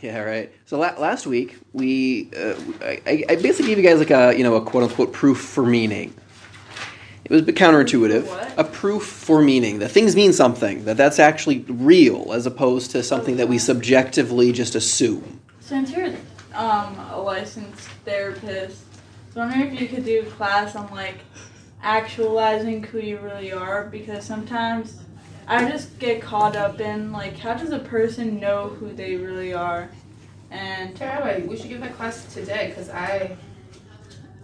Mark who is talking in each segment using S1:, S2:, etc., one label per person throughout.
S1: Yeah, right. So la- last week we, uh, I, I basically gave you guys like a you know a quote unquote proof for meaning. It was a bit counterintuitive.
S2: What?
S1: A proof for meaning that things mean something that that's actually real as opposed to something that we subjectively just assume.
S2: Since you're um, a licensed therapist, I was wondering if you could do a class on like actualizing who you really are because sometimes I just get caught up in like how does a person know who they really are? And
S3: Tara, wait, we should give that class today because I,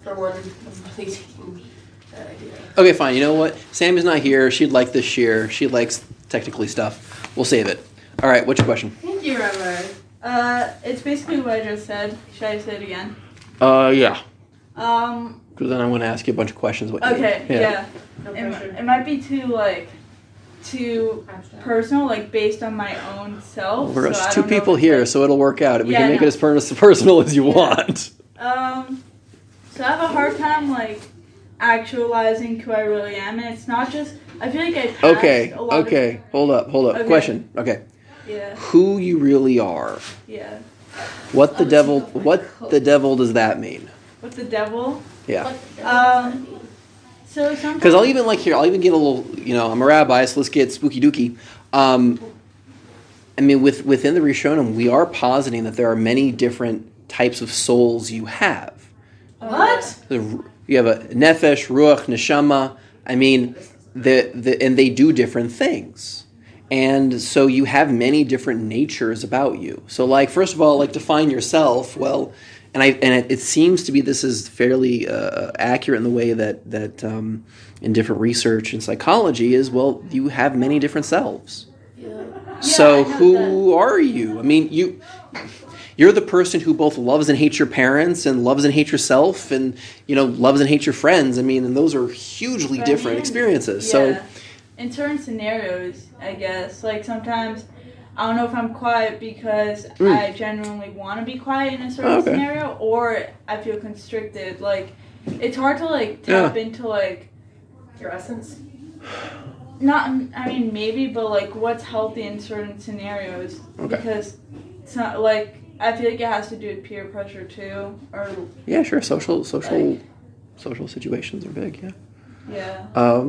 S3: for one, am really taking that idea.
S1: Okay, fine. You know what? Sam is not here. She'd like this sheer. She likes technically stuff. We'll save it. All right. What's your question?
S3: Thank you, Rabbi.
S2: uh, it's basically what I just said. Should I say it again?
S1: Uh, yeah.
S2: Um,
S1: Because then I'm going to ask you a bunch of questions. What you
S2: okay,
S1: need.
S2: yeah.
S3: No
S2: It, mi-
S3: pressure.
S2: it might be too like too
S3: Abstract.
S2: personal, like based on my own self.
S1: We're
S2: so I don't
S1: just two
S2: know
S1: people
S2: if it's,
S1: here,
S2: like,
S1: so it'll work out. We
S2: Yeah,
S1: can make
S2: no.
S1: it as per- as personal as you
S2: Yeah.
S1: want.
S2: Um, so I have a hard time like actualizing who I really am, and it's not just. I feel like I passed
S1: Okay,
S2: a lot of-
S1: okay. Hold up, hold up.
S2: Okay.
S1: Question. Okay.
S2: yeah,
S1: Who you really are.
S2: yeah.
S1: What the
S3: Oh,
S1: devil
S3: it's not
S1: what
S3: cool.
S1: the devil does that mean?
S2: With the devil.
S1: Yeah.
S2: Um, So sometimes.
S1: Cuz I'll even like here, I'll even get a little, you know, I'm a rabbi, so let's get spooky dooky. Um I mean with within the Rishonim, we are positing that there are many different types of souls you have.
S2: uh,
S3: What?
S1: The- You have a nefesh, ruach, neshama. I mean, the, the and they do different things, and so you have many different natures about you. So, like first of all, like define yourself well, and I and it, it seems to be this is fairly uh, accurate in the way that that um, in different research and psychology is well, you have many different selves.
S3: Yeah.
S1: so
S2: I know
S1: who are you? I mean, you you're the person who both loves and hates your parents and loves and hates yourself and you know loves and hates your friends. I mean, and those are hugely
S2: But I
S1: different
S2: mean,
S1: experiences.
S2: yeah.
S1: So
S2: in certain scenarios, I guess like sometimes. I don't know if I'm quiet because
S1: Mm.
S2: I genuinely want to be quiet in a certain
S1: Oh, okay.
S2: scenario, or I feel constricted. Like, it's hard to like tap into like
S3: Your essence?
S2: not i mean maybe but like what's healthy in certain scenarios
S1: Okay.
S2: because it's not like i feel like it has to do with peer pressure too or
S1: yeah, sure, social social
S2: Like-
S1: social situations are big. Yeah.
S2: yeah
S1: Um,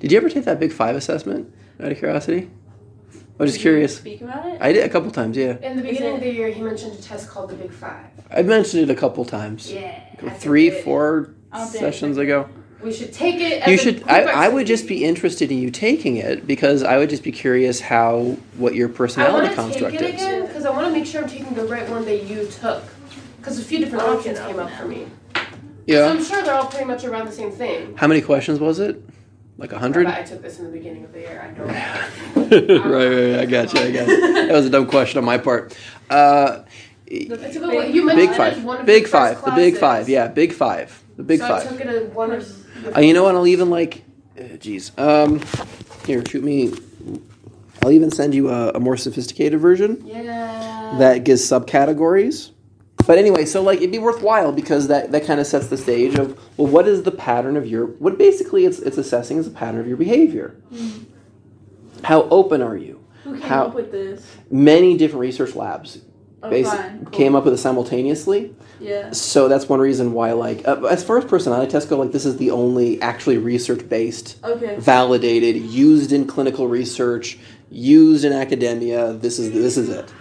S1: did you ever take that Big Five assessment? Out of curiosity, I'm
S2: Did
S1: just
S2: you
S1: curious.
S2: speak about it
S1: I did a couple times. Yeah,
S3: In the
S2: Is
S3: beginning
S2: it-
S3: of the year, he mentioned a test called the Big Five.
S1: I mentioned it a couple times.
S3: Yeah.
S1: three, four
S2: I don't think-
S1: sessions ago.
S3: We should take it. As
S1: You
S3: a
S1: should.
S3: group
S1: I, I would just
S3: activity.
S1: be interested in you taking it because I would just be curious how what your
S3: I want
S1: personality
S3: to take
S1: construct
S3: it
S1: is.
S3: again because I want to make sure I'm taking the right one that you took. Because a few different
S2: I'll
S3: options
S2: get
S3: came
S2: up
S3: up for me. So
S1: Yeah.
S3: I'm sure they're all pretty much around the same thing.
S1: How many questions was it? Like a
S3: But
S1: hundred.
S3: I took this in the beginning of the year. I don't.
S1: right, right, right. I got you. I got you. That was a dumb question on my part. Uh,
S3: It's a
S2: the
S3: good one. You
S1: big
S3: mentioned it as one
S1: five.
S3: of
S1: Big
S3: your first
S1: five. The big
S3: classes.
S1: five. Yeah, big five. The big
S3: so I
S1: five.
S3: took it as one of.
S1: Uh, you know what? I'll even like, uh, jeez. um, here, shoot me. I'll even send you a, a more sophisticated version.
S3: Yeah.
S1: that gives subcategories. But anyway, so like it'd be worthwhile because that, that kind of sets the stage of well, what is the pattern of your what basically it's it's assessing is the pattern of your behavior.
S2: Mm-hmm.
S1: How open are you?
S2: who came
S1: how-
S2: up with this
S1: Many different research labs
S2: oh,
S1: basi-
S2: fine. Cool.
S1: came up with it simultaneously.
S2: yeah
S1: So that's one reason why like uh, as far as personality tests go, like this is the only actually research based
S2: okay
S1: validated, used in clinical research, used in academia. This is this is it.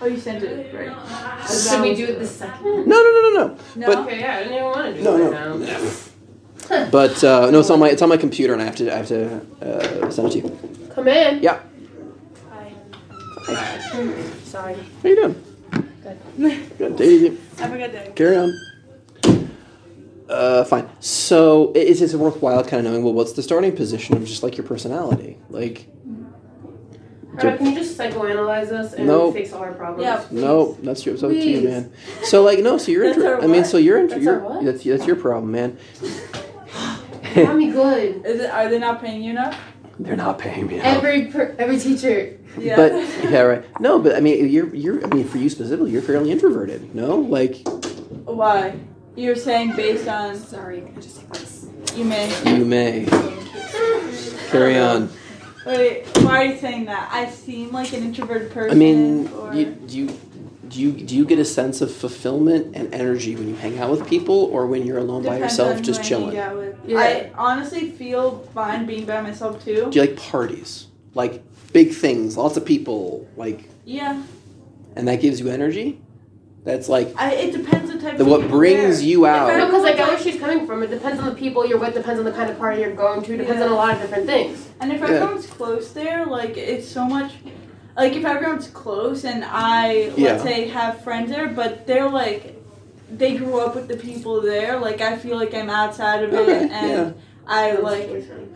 S2: oh you sent it right
S3: Should we do it the second?
S1: No, no, no, no, no.
S2: no
S1: But-
S3: Okay, yeah, I didn't even want to do
S1: No,
S3: it
S1: no.
S3: now.
S1: But uh, no, it's on my it's on my computer, and I have to I have to uh, send it to you.
S3: Come in.
S1: Yeah.
S3: Hi. Sorry.
S1: How you doing? Good. Good. Take it easy.
S2: i forgot that
S1: Carry on. Uh, fine. So it- it's, it's worthwhile kind of knowing well what's the starting position of just like your personality, like
S3: Alright, can you just psychoanalyze us and
S1: Nope.
S3: fix all our problems?
S2: yeah
S1: no, that's your it's up to you,
S3: Please.
S1: man. So like no, so you're
S2: That's
S1: inter-
S2: our
S1: I mean,
S2: what?
S1: so you're inter-
S3: That's
S1: you're,
S3: our what?
S1: that's that's your problem, man.
S3: Got me good.
S2: is it, are they not paying you enough
S1: They're not paying me. enough.
S3: Every per, every teacher.
S2: yeah
S1: But yeah, right. No, but I mean, you're you're. I mean, for you specifically, you're fairly introverted. No, like
S2: why you're saying based on
S3: Sorry, can I just take this?
S2: you may
S1: you may carry on.
S2: Wait, why are you saying that? I seem like an introverted person.
S1: I mean,
S2: or,
S1: you, do you do you do you get a sense of fulfillment and energy when you hang out with people, or when you're alone by
S2: Depends on
S1: yourself
S2: who
S1: just
S2: I hang
S1: chilling?
S2: out with.
S3: Yeah.
S2: I honestly feel fine being by myself too.
S1: Do you like parties, like big things, lots of people, like,
S2: Yeah,
S1: and that gives you energy? That's like
S2: I, it depends the type.
S1: the,
S2: of
S1: what
S2: people
S1: brings
S2: there.
S1: you
S2: I
S3: I
S2: don't
S1: out.
S2: know
S3: because I get
S2: what
S3: where she's coming from. It depends on the people you're with, depends on the kind of party you're going to, depends
S2: Yeah.
S3: on a lot of different things.
S2: And if
S1: Yeah.
S2: everyone's close there, like it's so much. Like if everyone's close and I let's
S1: Yeah.
S2: say have friends there, but they're like, they grew up with the people there. Like I feel like I'm outside of
S1: Okay,
S2: it and
S1: yeah.
S2: I like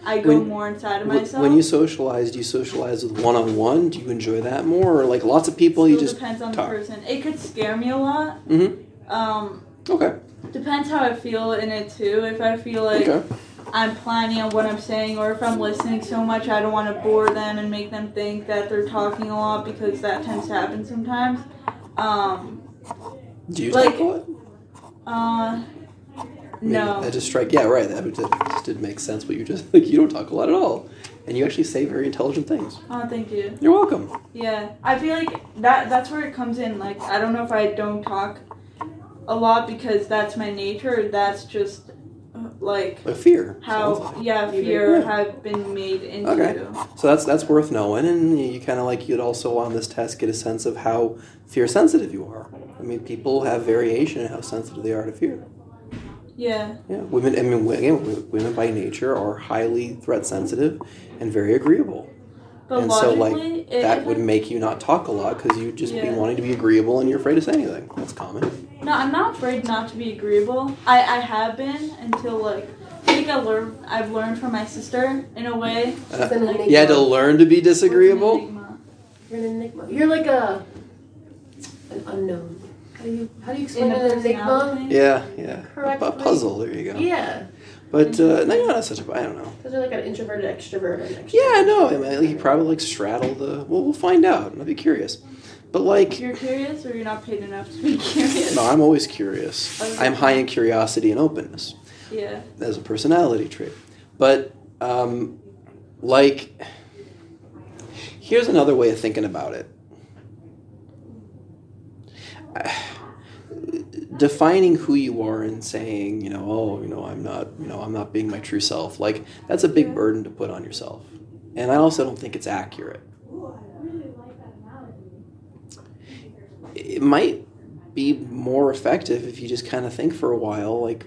S2: I go
S1: When-
S2: more inside of
S1: Wh-
S2: myself.
S1: When you socialize, do you socialize with one on one? Do you enjoy that more, or like lots of people? You
S2: Still
S1: just
S2: depends on
S1: talk.
S2: the person. It could scare me a lot.
S1: Mhm.
S2: Um,
S1: okay,
S2: depends how I feel in it too. If I feel like
S1: okay,
S2: I'm planning on what I'm saying, or if I'm listening so much, I don't want to bore them and make them think that they're talking a lot because that tends to happen sometimes. Um,
S1: do you
S2: like,
S1: talk a lot?
S2: uh,
S1: I mean,
S2: no.
S1: That just strike. Yeah, right. That, would- that just did make sense. But you just like you don't talk a lot at all, and you actually say very intelligent things.
S2: Oh, thank you.
S1: You're welcome.
S2: Yeah, I feel like that. That's where it comes in. Like, I don't know if I don't talk a lot because that's my nature. Or that's just uh, like
S1: But fear. sounds
S2: how
S1: like.
S2: yeah
S3: Maybe.
S2: fear
S1: Yeah.
S2: have been made into.
S1: Okay. So that's that's worth knowing, and you, kind of like you'd also on this test get a sense of how fear sensitive you are. I mean, people have variation in how sensitive they are to fear.
S2: Yeah.
S1: Yeah, women. I mean, again, w- women by nature are highly threat sensitive and very agreeable.
S2: But
S1: And so,
S2: logically,
S1: like,
S2: it,
S1: that would make you not talk a lot because you just
S2: Yeah.
S1: be wanting to be agreeable and you're afraid to say anything. That's common.
S2: No, I'm not afraid not to be agreeable. I, I have been until like I think I learned I've learned from my sister in a way.
S1: Uh,
S3: She's an enigma.
S1: You had to learn to be
S2: With an
S1: disagreeable.
S2: enigma.
S3: You're an enigma. You're like a an unknown. How do you how do
S2: In
S3: you explain
S2: a
S3: an enigma?
S2: personality.
S1: Yeah, yeah. A,
S3: Correctly.
S1: a puzzle. There you go.
S3: Yeah,
S1: But uh, no, you're not such a. I don't know.
S3: because you're like an introverted extrovert. and extrovert.
S1: Yeah, I know. I mean, you probably like straddle the. Well, we'll find out. I'll be curious. But like,
S2: You're curious or you're not paid enough to be curious.
S1: no, I'm always curious.
S2: Okay.
S1: I'm high in curiosity and openness.
S2: Yeah.
S1: as a personality trait. But um, like, here's another way of thinking about it. Defining who you are and saying, you know, oh, you know, I'm not, you know, I'm not being my true self. Like that's a big burden to put on yourself, and I also don't think it's accurate. It might be more effective if you just kind of think for a while, like,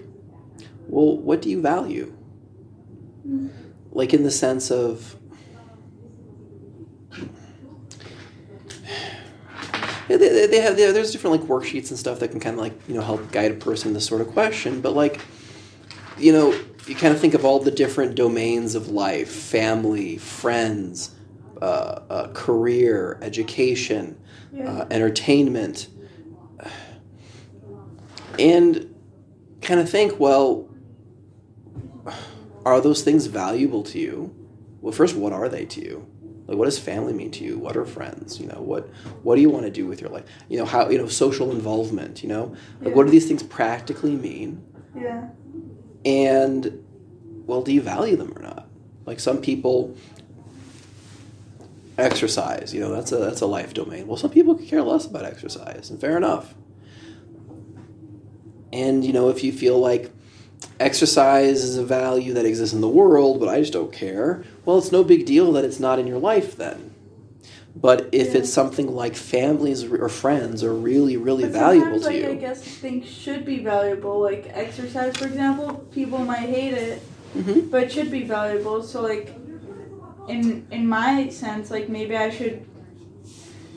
S1: well, what do you value?
S2: Mm.
S1: Like in the sense of Yeah, they, they- they have there- there's different like worksheets and stuff that can kind of like you know help guide a person in this sort of question, but like you know you kind of think of all the different domains of life, family, friends, uh, uh, career, education,
S2: Yeah.
S1: uh, entertainment, and kind of think, well, are those things valuable to you? Well, first, what are they to you? Like, what does family mean to you? What are friends? You know, what what do you want to do with your life? You know, how you know social involvement. You know, like what do these things practically mean?
S2: yeah.
S1: and well do you value them or not like some people exercise you know that's a that's a life domain well some people could care less about exercise and fair enough and you know if you feel like exercise is a value that exists in the world but i just don't care well it's no big deal that it's not in your life then but if
S2: Yeah.
S1: it's something like families or friends are really really
S2: But
S1: valuable
S2: sometimes,
S1: to
S2: like, I
S1: you
S2: guess things should be valuable, like exercise, for example. People might hate it,
S1: Mhm.
S2: but it should be valuable. So, like, in in my sense, like maybe I should.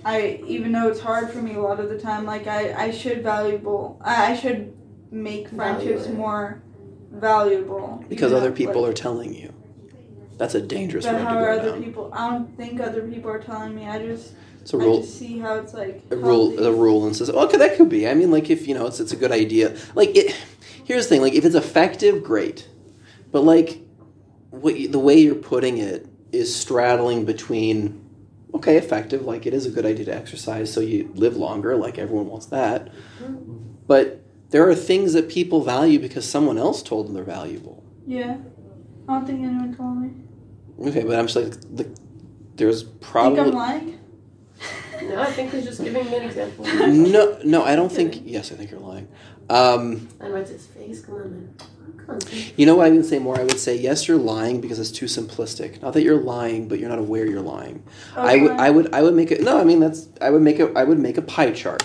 S2: I even though it's hard for me a lot of the time, like I I should valuable. I, I should make friendships
S3: Value it.
S2: more valuable
S1: because other people are telling you. That's a dangerous road
S2: But
S1: to
S2: how are
S1: go
S2: other
S1: down.
S2: people? I don't think other people are telling me. I just
S1: it's a
S2: I
S1: rule,
S2: just see how it's like
S1: a rule,
S2: healthy.
S1: a rule, and says, okay, that could be. I mean, like if you know, it's it's a good idea. Like it. Here's the thing: like if it's effective, great. But like, what you, the way you're putting it is straddling between, okay, effective. Like it is a good idea to exercise, so you live longer. Like everyone wants that.
S2: Mm-hmm.
S1: But there are things that people value because someone else told them they're valuable.
S2: Yeah, I don't think anyone told me.
S1: Okay, but I'm just like the There's
S2: Think I'm
S1: probably
S2: lying?
S3: No, I think he's just giving me an example.
S1: no, no. I don't think. Yes, I think you're lying. Um,
S3: I went to his face. Come on, man. Come on. man.
S1: you know what? I would say more. I would say yes, you're lying because it's too simplistic. Not that you're lying, but you're not aware you're lying. I would, I would, I would make it. No, I mean that's. I would make a. I would make a pie chart.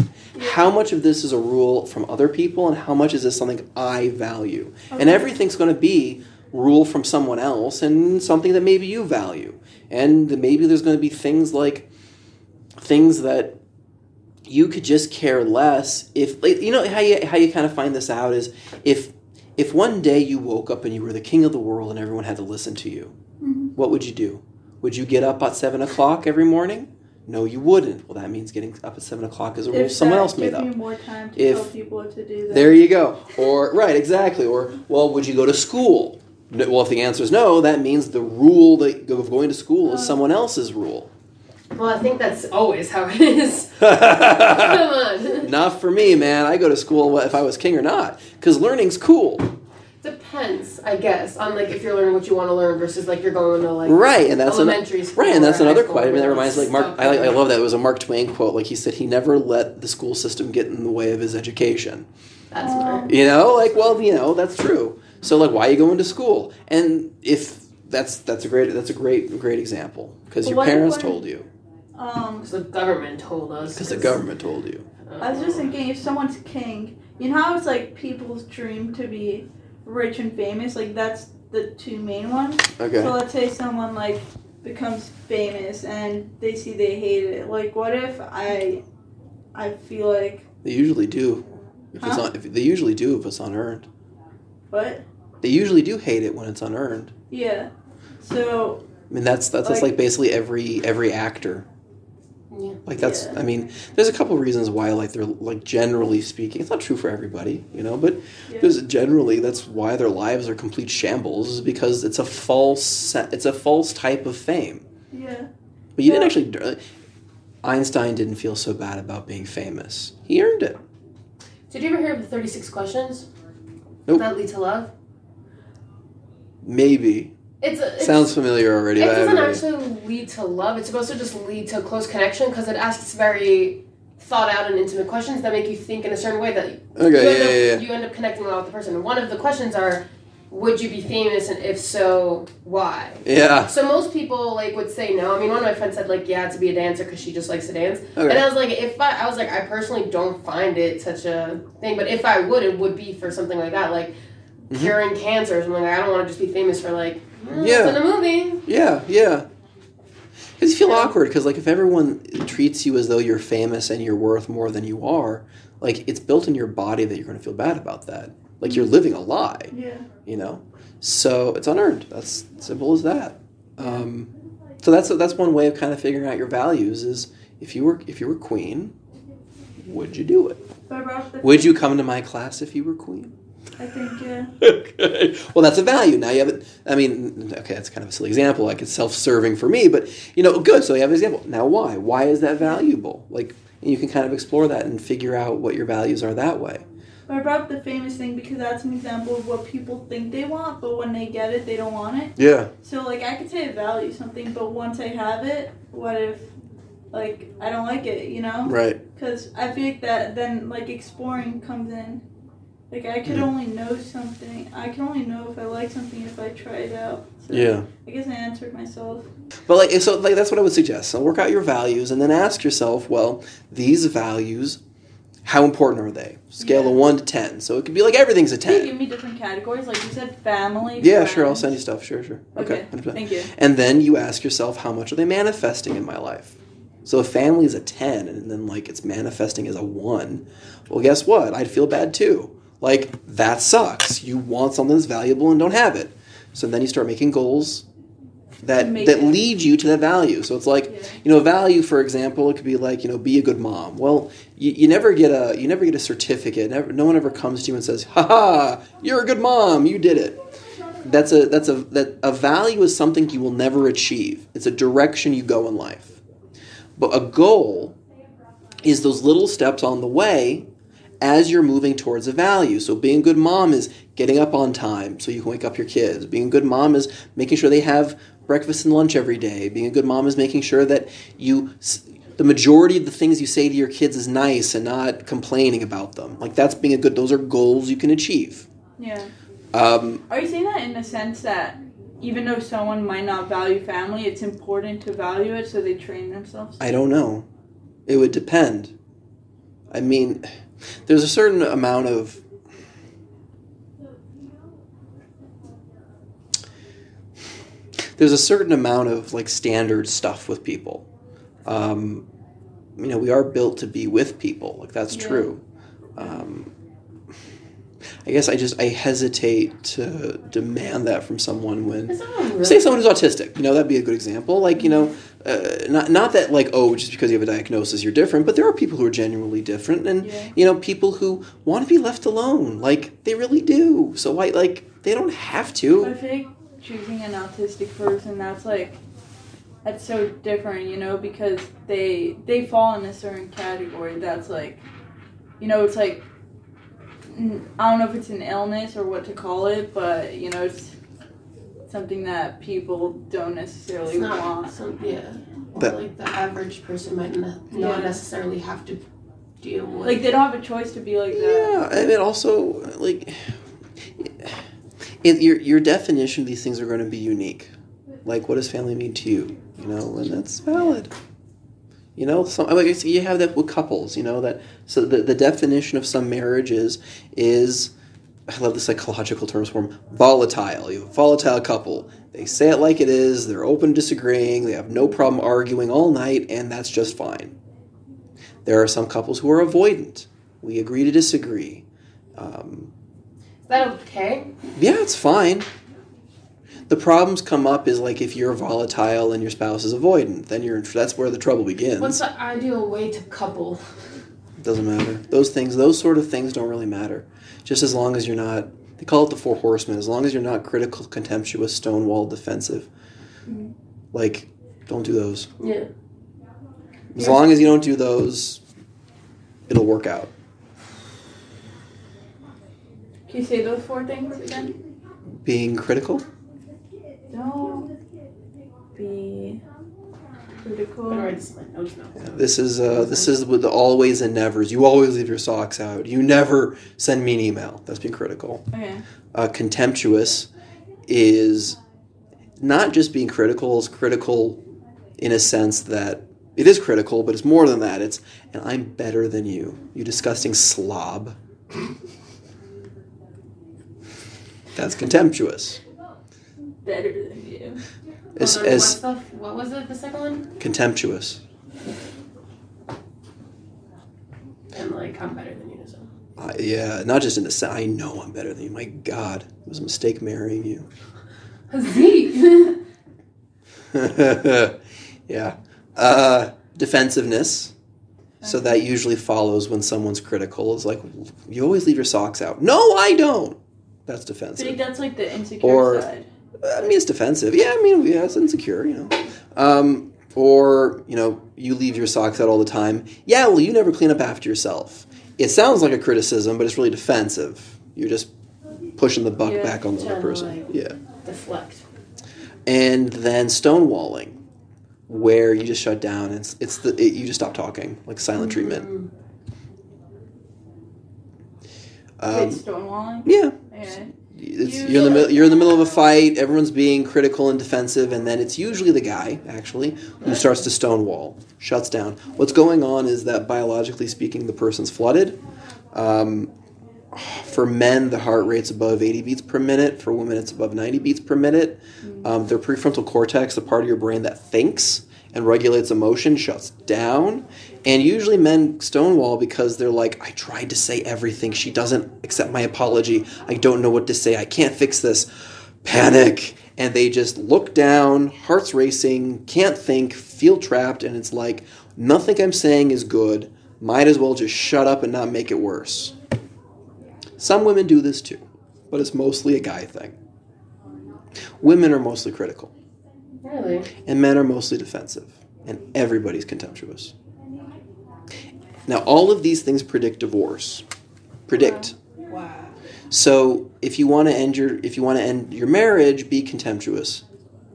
S1: How much of this is a rule from other people, and how much is this something I value? And
S2: Okay.
S1: everything's going to be rule from someone else, and something that maybe you value, and that maybe there's going to be things like things that you could just care less if like, you know how you how you kind of find this out is if if one day you woke up and you were the king of the world and everyone had to listen to you,
S2: Mhm.
S1: what would you do? Would you get up at seven o'clock every morning? No, you wouldn't. Well, that means getting up at seven o'clock is a rule
S2: If
S1: someone
S2: that
S1: else made
S2: give
S1: up.
S2: me more time to
S1: If-
S2: tell people what to do. That.
S1: There you go. Or right, exactly. Or well, would you go to school? No- Well, if the answer is no, that means the rule that of going to school is
S2: Uh.
S1: someone else's rule.
S3: Well, I think that's always how it is. Come
S1: not
S3: on.
S1: for me, man. I go to school if I was king or not, because learning's cool,
S3: Depends, I guess, on like if you're learning what you want to learn versus like you're going to like
S1: right? And that's an,
S3: elementary school.
S1: right, and that's
S3: or high
S1: another
S3: school
S1: quote. I mean, that
S3: where
S1: reminds me,
S3: it's
S1: like Mark.
S3: stuff
S1: I, like, I
S3: that-
S1: love that. It was a Mark Twain quote. Like he said, he never let the school system get in the way of his education.
S3: That's
S2: Um,
S3: right.
S1: You know, like well, you know, that's true. So like, why are you going to school? And if that's that's a great that's a great great example because
S2: But
S1: your
S2: what if
S1: parents
S2: I-
S1: told you
S2: Um,
S3: Because the government told us.
S1: because the government told you.
S2: I was just thinking, if someone's king, you know how it's like people's dream to be rich and famous. Like that's the two main ones.
S1: Okay.
S2: So let's say someone like becomes famous and they see they hate it. Like, what if I, I feel like
S1: They usually do. If it's
S2: Huh?
S1: on, if, they usually do if it's unearned.
S2: what?
S1: They usually do hate it when it's unearned.
S2: Yeah. So
S1: I mean, that's that's, that's
S2: Like-
S1: like basically every every actor.
S3: Yeah.
S1: Like that's
S2: Yeah.
S1: I mean, there's a couple reasons why like they're like generally speaking, it's not true for everybody, you know, but
S2: Yeah.
S1: there's generally that's why their lives are complete shambles is because it's a false se- it's a false type of fame.
S2: yeah,
S1: But you
S2: Yeah.
S1: didn't actually uh, Einstein didn't feel so bad about being famous. He earned it.
S3: Did you ever hear of the 36 questions?
S1: Nope.
S3: That lead to love?
S1: Maybe.
S3: It's, a, it's
S1: Sounds familiar already.
S3: It
S1: but I
S3: doesn't
S1: haven't-
S3: actually lead to love. It's supposed to just lead to close connection because it asks very thought out and intimate questions that make you think in a certain way that you, end, up,
S1: Okay, yeah, yeah, yeah.
S3: you end up connecting a lot with the person. And one of the questions are, would you be famous, and if so, why?
S1: Yeah.
S3: So most people like would say no. I mean, one of my friends said like, yeah, to be a dancer because she just likes to dance. And
S1: Okay.
S3: I was like, if I, I was like, I personally don't find it such a thing, but if I would, it would be for something like that, like
S1: Mhm.
S3: curing cancer or something. Like, I don't want to just be famous for like, mm,
S1: Yeah.
S3: it's in a movie.
S1: Yeah, yeah. Because you feel
S3: Yeah.
S1: awkward. Because like if everyone treats you as though you're famous and you're worth more than you are, like it's built in your body that you're going to feel bad about that. Like
S3: Mm-hmm.
S1: you're living a lie,
S2: yeah.
S1: you know. So it's unearned. That's simple as that. Um, so that's that's one way of kind of figuring out your values is if you were if you were queen, would you do it?
S2: But about the
S1: Would you come to my class if you were queen?
S2: I think yeah.
S1: okay. Well, that's a value. Now you have it. I mean, okay, that's kind of a silly example. Like it's self-serving for me, but you know, good. So you have an example. Now, why? Why is that valuable? Like, and you can kind of explore that and figure out what your values are that way.
S2: But I brought up the famous thing because that's an example of what people think they want, but when they get it, they don't want it.
S1: Yeah.
S2: So like I could say I value something, but once I have it, what if like I don't like it, you know?
S1: Right.
S2: Because I feel like that then like exploring comes in. Like I could
S1: Mhm.
S2: only know something. I can only know if I like something if I try it out. So
S1: Yeah.
S2: I guess I answered myself.
S1: But like, so like that's what I would suggest. So work out your values and then ask yourself, well, these values, how important are they? Scale
S2: Yeah.
S1: of one to ten. So it could be like everything's a
S2: Can you
S1: ten.
S2: give me different categories? Like you said, family.
S1: Yeah, sure. I'll
S2: friends.
S1: send you stuff. Sure, sure.
S2: Okay.
S1: Okay. 100%.
S2: Thank you.
S1: And then you ask yourself, how much are they manifesting in my life? So if family is a 10 and then like it's manifesting as a 1, well, guess what? I'd feel bad too. Like, that sucks. You want something that's valuable and don't have it. So then you start making goals that
S2: To make
S1: that
S2: it.
S1: lead you to that value. So it's like,
S2: Yeah.
S1: you know, value for example, it could be like, you know, be a good mom. Well, you, you never get a you never get a certificate. Never, no one ever comes to you and says, "Ha ha, you're a good mom. You did it." That's a that's a that a value is something you will never achieve. It's a direction you go in life. But a goal is those little steps on the way as you're moving towards a value. So being a good mom is getting up on time so you can wake up your kids. Being a good mom is making sure they have breakfast and lunch every day. Being a good mom is making sure that you s- the majority of the things you say to your kids is nice and not complaining about them. Like that's being a good. Those are goals you can achieve.
S2: Yeah.
S1: Um,
S2: Are you saying that in the sense that even though someone might not value family, it's important to value it so they train themselves?
S1: I don't know. It would depend. I mean, there's a certain amount of. There's a certain amount of like standard stuff with people. Um, you know, we are built to be with people. Like that's
S2: Yeah.
S1: true. Um, I guess I just I hesitate to demand that from someone when
S3: Is someone really
S1: say someone who's autistic you know that'd be a good example like you know uh, not, not that like oh just because you have a diagnosis you're different but there are people who are genuinely different and
S2: Yeah.
S1: you know people who want to be left alone like they really do so why like they don't have
S2: But I
S1: to
S2: feel like choosing an autistic person, that's like that's so different, you know, because they they fall in a certain category that's like, you know, it's like n- I don't know if it's an illness or what to call it, but you know, it's something that people don't necessarily
S3: It's not
S2: want.
S3: some, yeah. Or
S1: But-
S3: like the average person might ne-
S2: Yeah.
S3: not necessarily have to deal with.
S2: Like they don't have a choice to be like that.
S1: yeah and it also like it, your, your definition of these things are going to be unique like what does family mean to you you know and that's valid You know, some I guess you have that with couples. You know that so the, the definition of some marriages is I love the psychological terms for 'em, volatile. You have a volatile couple. They say it like it is. They're open to disagreeing. They have no problem arguing all night, and that's just fine. There are some couples who are avoidant. We agree to disagree. Um,
S3: Is that okay?
S1: yeah, it's fine. The problems come up is like if you're volatile and your spouse is avoidant, then you're in, that's where the trouble begins.
S3: What's the ideal way to couple?
S1: Doesn't matter. Those things, those sort of things don't really matter. Just as long as you're not, they call it the four horsemen, as long as you're not critical, contemptuous, stonewall, defensive.
S3: Mhm.
S1: Like, don't do those.
S3: Yeah.
S1: As
S3: Yeah.
S1: long as you don't do those, it'll work out.
S2: Can you say those four things again?
S1: Being critical,
S2: Don't be critical.
S3: I'm gonna write this in my notes now.
S1: this is uh, this is with the always and nevers. You always leave your socks out. You never send me an email. That's being critical.
S2: Okay.
S1: uh, contemptuous is not just being critical it's critical in a sense that it is critical but it's more than that it's and i'm better than you you disgusting slob that's contemptuous
S2: Better than you.
S1: as,
S3: Hold on,
S1: as
S3: what's the- what was it? The second one?
S1: contemptuous
S3: And like I'm better than you. So.
S1: Uh, yeah not just in a sense i know i'm better than you my god it was a mistake marrying you
S3: Zeke.
S1: yeah. Uh, defensiveness. So that usually follows when someone's critical. It's like, you always leave your socks out. No, I don't. That's
S2: I think
S1: defensive.
S2: that's like the insecure
S1: Or-
S2: side.
S1: I mean, it's defensive. Yeah, I mean, yeah, it's insecure, you know. Um, or, you know, you leave your socks out all the time. Yeah, well, you never clean up after yourself. It sounds like a criticism, but it's really defensive. You're just pushing the buck
S2: Yeah,
S1: back on the other person.
S3: generally.
S1: Yeah.
S3: Deflect.
S1: and then stonewalling, where you just shut down and it's, it's the it, you just stop talking, like silent treatment.
S3: Mm.
S1: Um,
S2: Wait, stonewalling?
S1: yeah,
S2: Okay.
S1: it's,
S2: You-
S1: you're in the middle. You're in the middle of a fight. Everyone's being critical and defensive, and then it's usually the guy actually who starts to stonewall, shuts down. What's going on is that biologically speaking, the person's flooded. Um, for men, the heart rate's above 80 beats per minute. For women, it's above 90 beats per minute. Um, their prefrontal cortex, the part of your brain that thinks and regulates emotion, shuts down. And usually men stonewall because they're like, I tried to say everything. She doesn't accept my apology. I don't know what to say. I can't fix this. Panic. And they just look down, hearts racing, can't think, feel trapped. And it's like, nothing I'm saying is good. Might as well just shut up and not make it worse. Some women do this too, but it's mostly a guy thing. Women are mostly critical,
S3: Mm, Really?
S1: and men are mostly defensive, and everybody's contemptuous. Now, all of these things predict divorce. Predict.
S3: Wow.
S1: So, if you want to end your if you want to end your marriage, be contemptuous.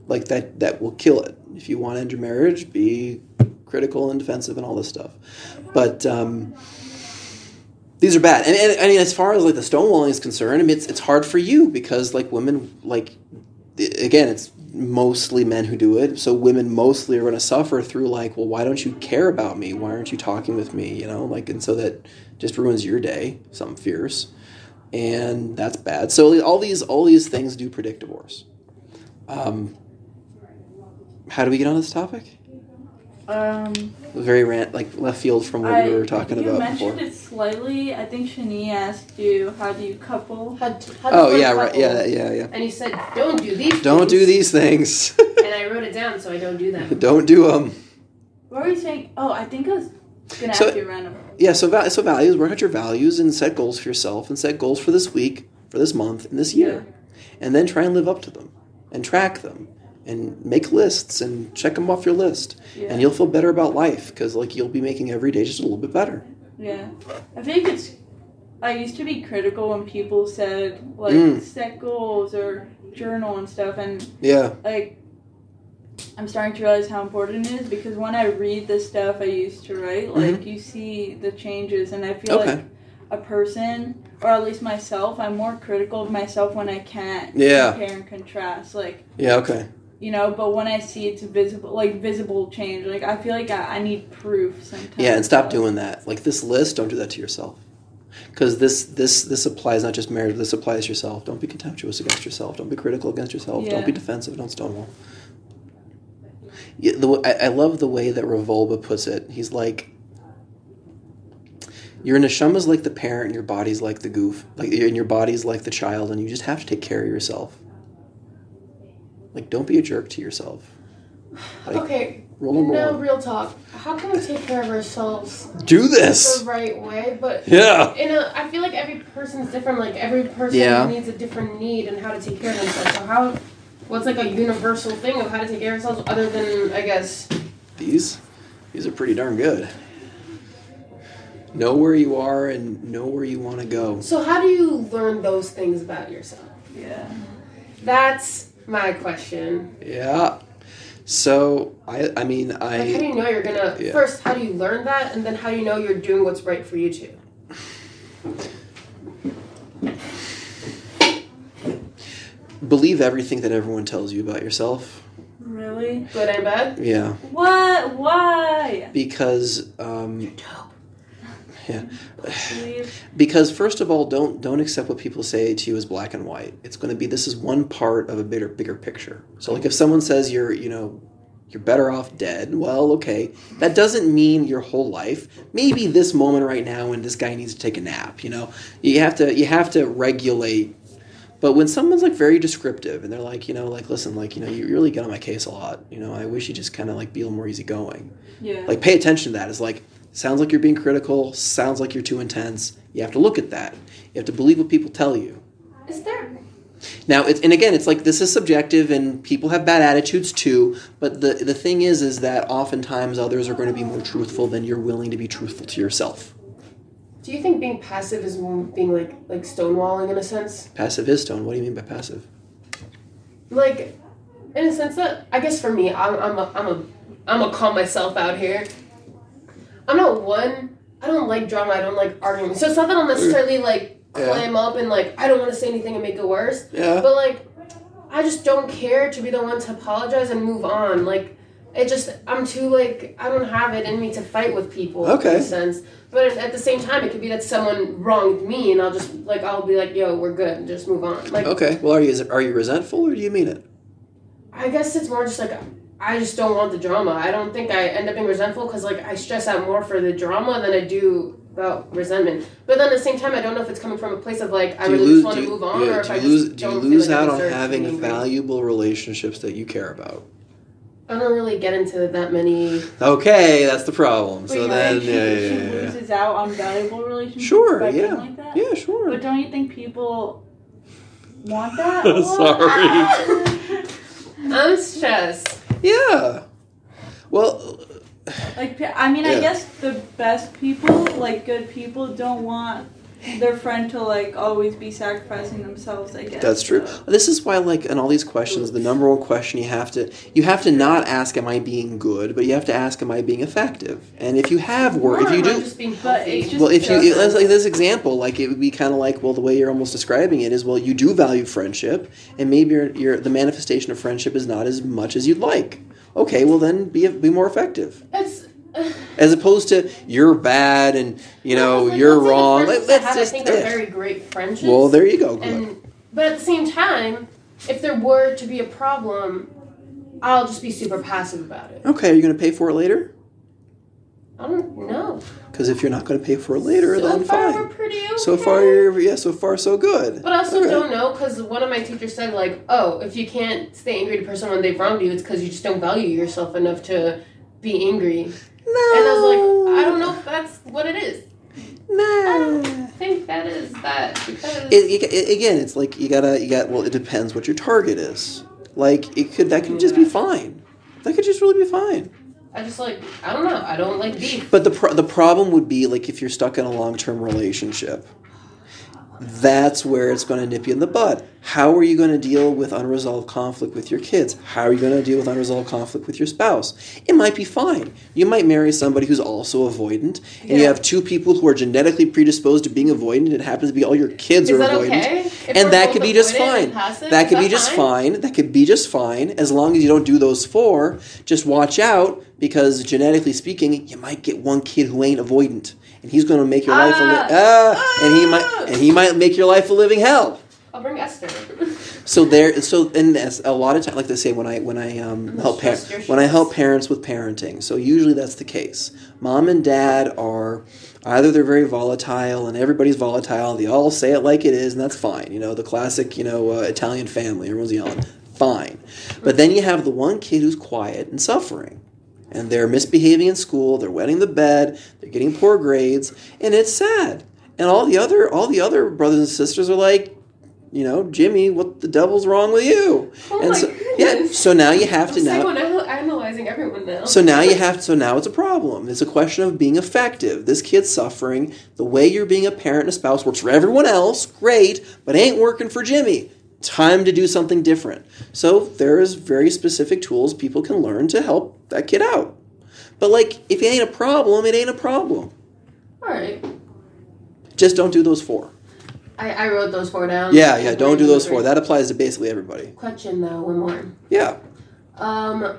S1: like that that will kill it if you want to end your marriage be critical and defensive and all this stuff but um, these are bad and, and i mean as far as like the stonewalling is concerned i mean it's, it's hard for you because like women like i- again it's mostly men who do it so women mostly are going to suffer through like well why don't you care about me why aren't you talking with me you know like and so that just ruins your day some fears and that's bad so all these all these things do predict divorce um, how do we get on this topic?
S2: Um,
S1: Very rant, like left field from what
S2: I,
S1: we were talking
S2: you
S1: about
S2: mentioned
S1: before.
S2: it slightly. I think Shani asked you, how do you couple?
S3: How to, how to
S1: Oh
S3: form
S1: yeah,
S3: a
S1: right.
S3: couple.
S1: Yeah, yeah, yeah.
S3: And he said, "Don't do these.
S1: Don't do
S3: things."
S1: these things.
S3: And I wrote it down, so I don't do them.
S1: Don't do them.
S2: What were you saying? Oh, I think I was going to
S1: So-
S2: ask you random.
S1: Yeah. So val- so values. Work out your values and set goals for yourself and set goals for this week, for this month, and this year, and then try and live up to them and track them and make lists and check them off your list
S2: Yeah.
S1: and you'll feel better about life because like you'll be making every day just a little bit better
S2: Yeah. I think it's. I used to be critical when people said, like,
S1: Mm.
S2: set goals or journal and stuff, and
S1: yeah
S2: like I'm starting to realize how important it is because when I read the stuff I used to write, like you see the changes, and I feel
S1: Mm-hmm. Okay.
S2: like a person, or at least myself, I'm more critical of myself when I can't
S1: Yeah.
S2: compare and contrast, like
S1: yeah okay
S2: you know. But when I see it's visible, like visible change, like I feel like I, I need proof sometimes.
S1: Yeah, and stop doing that. Like this list, don't do that to yourself. Because this this this applies not just marriage, this applies to yourself. Don't be contemptuous against yourself. Don't be critical against yourself. Don't
S2: Yeah.
S1: be defensive. Don't stonewall. Yeah, the, w- I, I love the way that Revolba puts it. He's like, your neshama's like the parent, and your body's like the goof, like and your body's like the child, and you just have to take care of yourself. Like, don't be a jerk to yourself. Like,
S3: Okay,
S1: Rule number
S3: now
S1: one:
S3: real talk. How can we take care of ourselves
S1: do
S3: the
S1: this.
S3: right way? But
S1: Yeah.
S3: in a, I feel like every person's different. Like every person
S1: Yeah.
S3: needs a different need and how to take care of themselves. So how? What's like a universal thing of how to take care of ourselves, other than I guess
S1: these these are pretty darn good know where you are and know where you want to go
S3: So how do you learn those things about yourself?
S2: Yeah.
S3: That's my question.
S1: yeah so i i mean
S3: Like, how do
S1: i
S3: you know you're gonna
S1: Yeah.
S3: first? How do you learn that, and then how do you know you're doing what's right for you too?
S1: believe everything that everyone tells you about yourself
S2: Really?
S3: Good and bad.
S1: yeah
S2: What? Why?
S1: because um
S3: Dope.
S2: Please.
S1: because first of all don't don't accept what people say to you as black and white it's going to be this is one part of a bigger bigger picture so like if someone says you're you know you're better off dead well okay that doesn't mean your whole life maybe this moment right now when this guy needs to take a nap you know you have to you have to regulate but when someone's like very descriptive and they're like you know like listen like you know you really get on my case a lot you know i wish you just kind of like be a little more easygoing
S2: Yeah.
S1: like pay attention to that it's like sounds like you're being critical sounds like you're too intense you have to look at that you have to believe what people tell you
S3: Is there?
S1: now it's and again it's like this is subjective and people have bad attitudes too but the the thing is is that oftentimes others are going to be more truthful than you're willing to be truthful to yourself
S3: Do you think being passive is m- being like like stonewalling in a sense?
S1: passive is tone what do you mean by passive
S3: Like, in a sense that I guess for me, I'm I'm a, I'm a I'm a calm myself out here. I'm not one. I don't like drama. I don't like arguing. So it's not that I'll necessarily like
S1: Yeah.
S3: clam up and like I don't want to say anything and make it worse.
S1: yeah
S3: But like, I just don't care to be the one to apologize and move on. Like, it just I'm too like I don't have it in me to fight with people.
S1: Okay.
S3: In a sense, but at the same time, it could be that someone wronged me, and I'll just like I'll be like, yo, we're good, and just move on. Like,
S1: okay well are you are you resentful or do you mean it
S3: I guess it's more just like. I just don't want the drama. I don't think I end up being resentful because like I stress out more for the drama than I do about resentment. But then at the same time, I don't know if it's coming from a place of like I
S1: do you
S3: really
S1: lose
S3: just want
S1: do
S3: to
S1: you,
S3: move on,
S1: yeah,
S3: or if
S1: do
S3: I
S1: you
S3: just
S1: lose do you
S3: don't
S1: lose
S3: feel like I
S1: out on
S3: deserve to be
S1: having
S3: angry.
S1: valuable relationships that you care about
S3: I don't really get into that many.
S1: okay that's the problem so
S2: Wait,
S1: then
S2: like,
S1: yeah,
S2: she,
S1: yeah,
S2: she
S1: yeah, yeah.
S2: loses out on valuable relationships
S1: Sure,
S2: by being
S1: yeah.
S2: like that?
S1: Yeah, sure.
S2: But don't you think people want that?
S1: Sorry.
S3: I'm stressed.
S1: Yeah. Well,
S2: like, I mean,
S1: Yeah.
S2: I guess the best people, like good people, don't want their friend to like always be sacrificing themselves. I guess
S1: That's true.
S2: so.
S1: This is why, like, in all these questions, the number one question you have to you have to not ask, "Am I being good?" But you have to ask, "Am I being effective?" And if you have work, if
S3: Or
S1: you
S3: am I
S1: do,
S3: just being
S2: But
S3: healthy?
S2: it's just-
S1: well, if you
S2: Yeah.
S1: it, like this example, like it would be kind of like, well, the way you're almost describing it is, well, you do value friendship, and maybe your your the manifestation of friendship is not as much as you'd like. Okay, well then be be more effective,
S3: that's
S1: as opposed to you're bad and you know
S3: Like,
S1: you're
S3: that's like the
S1: wrong.
S3: friendships
S1: Like, that's
S3: I have,
S1: just
S3: I think are
S1: it.
S3: very great friendships.
S1: well, there you go. Glenn.
S3: and but at the same time, if there were to be a problem, I'll just be super passive about it.
S1: okay, are you going to pay for it later?
S3: I don't know.
S1: Because if you're not going to pay for it later,
S3: so
S1: then
S3: far,
S1: fine.
S3: we're pretty okay.
S1: So far, you're, yeah, so far so good.
S3: But I also
S1: All right.
S3: don't know because one of my teachers said like, oh, if you can't stay angry at a person when they've wronged you, it's because you just don't value yourself enough to be angry. And
S1: No.
S3: I was like, I don't know if that's what it is.
S1: No.
S3: I think that is that because
S1: It, it- it- again, it's like you gotta, you got. Well, it depends what your target is. Like it could, that could just be fine. That could just really be fine.
S3: I just like I don't know. I don't like beef.
S1: But the pro- the problem would be like if you're stuck in a long term relationship. That's where it's going to nip you in the bud. How are you going to deal with unresolved conflict with your kids? How are you going to deal with unresolved conflict with your spouse? It might be fine. You might marry somebody who's also avoidant, and you
S2: Yeah.
S1: have two people who are genetically predisposed to being avoidant. It happens to be all your kids
S3: Is
S1: are
S3: that
S1: avoidant
S3: okay? If we're
S1: and that
S3: both
S1: could be just
S3: avoidant and
S1: fine.
S3: passive,
S1: That
S3: is
S1: could be just fine? That could be just fine as long as you don't do those four. Just watch out because genetically speaking, you might get one kid who ain't avoidant, and he's going to make your life a li-
S3: Ah.
S1: ah, and he might
S3: Ah.
S1: and he might make your life a living hell.
S3: I'll bring Esther.
S1: So there, so and that's a lot of time, like they say, when I when I um, help par-
S3: stressed, you're
S1: when I help
S3: stressed.
S1: parents with parenting. So usually that's the case. Mom and dad are either they're very volatile, and everybody's volatile. They all say it like it is, and that's fine. You know, the classic, you know, uh, Italian family, everyone's yelling, fine. But then you have the one kid who's quiet and suffering, and they're misbehaving in school. They're wetting the bed. They're getting poor grades, and it's sad. And all the other all the other brothers and sisters are like, you know, Jimmy, what the devil's wrong with you?
S3: Oh
S1: and
S3: my
S1: so, yeah,
S3: goodness.
S1: so now you have to
S3: I'm
S1: now.
S3: analyzing everyone now.
S1: So now you have so now it's a problem. It's a question of being effective. This kid's suffering. The way you're being a parent and a spouse works for everyone else, great, but ain't working for Jimmy. Time to do something different. So there is very specific tools people can learn to help that kid out. But like if it ain't a problem, it ain't a problem.
S3: All right.
S1: Just don't do those four.
S3: I, I wrote those four down.
S1: Yeah, yeah, don't do those four.
S3: That
S1: That applies to basically everybody.
S3: question though, one more.
S1: Yeah.
S3: Um,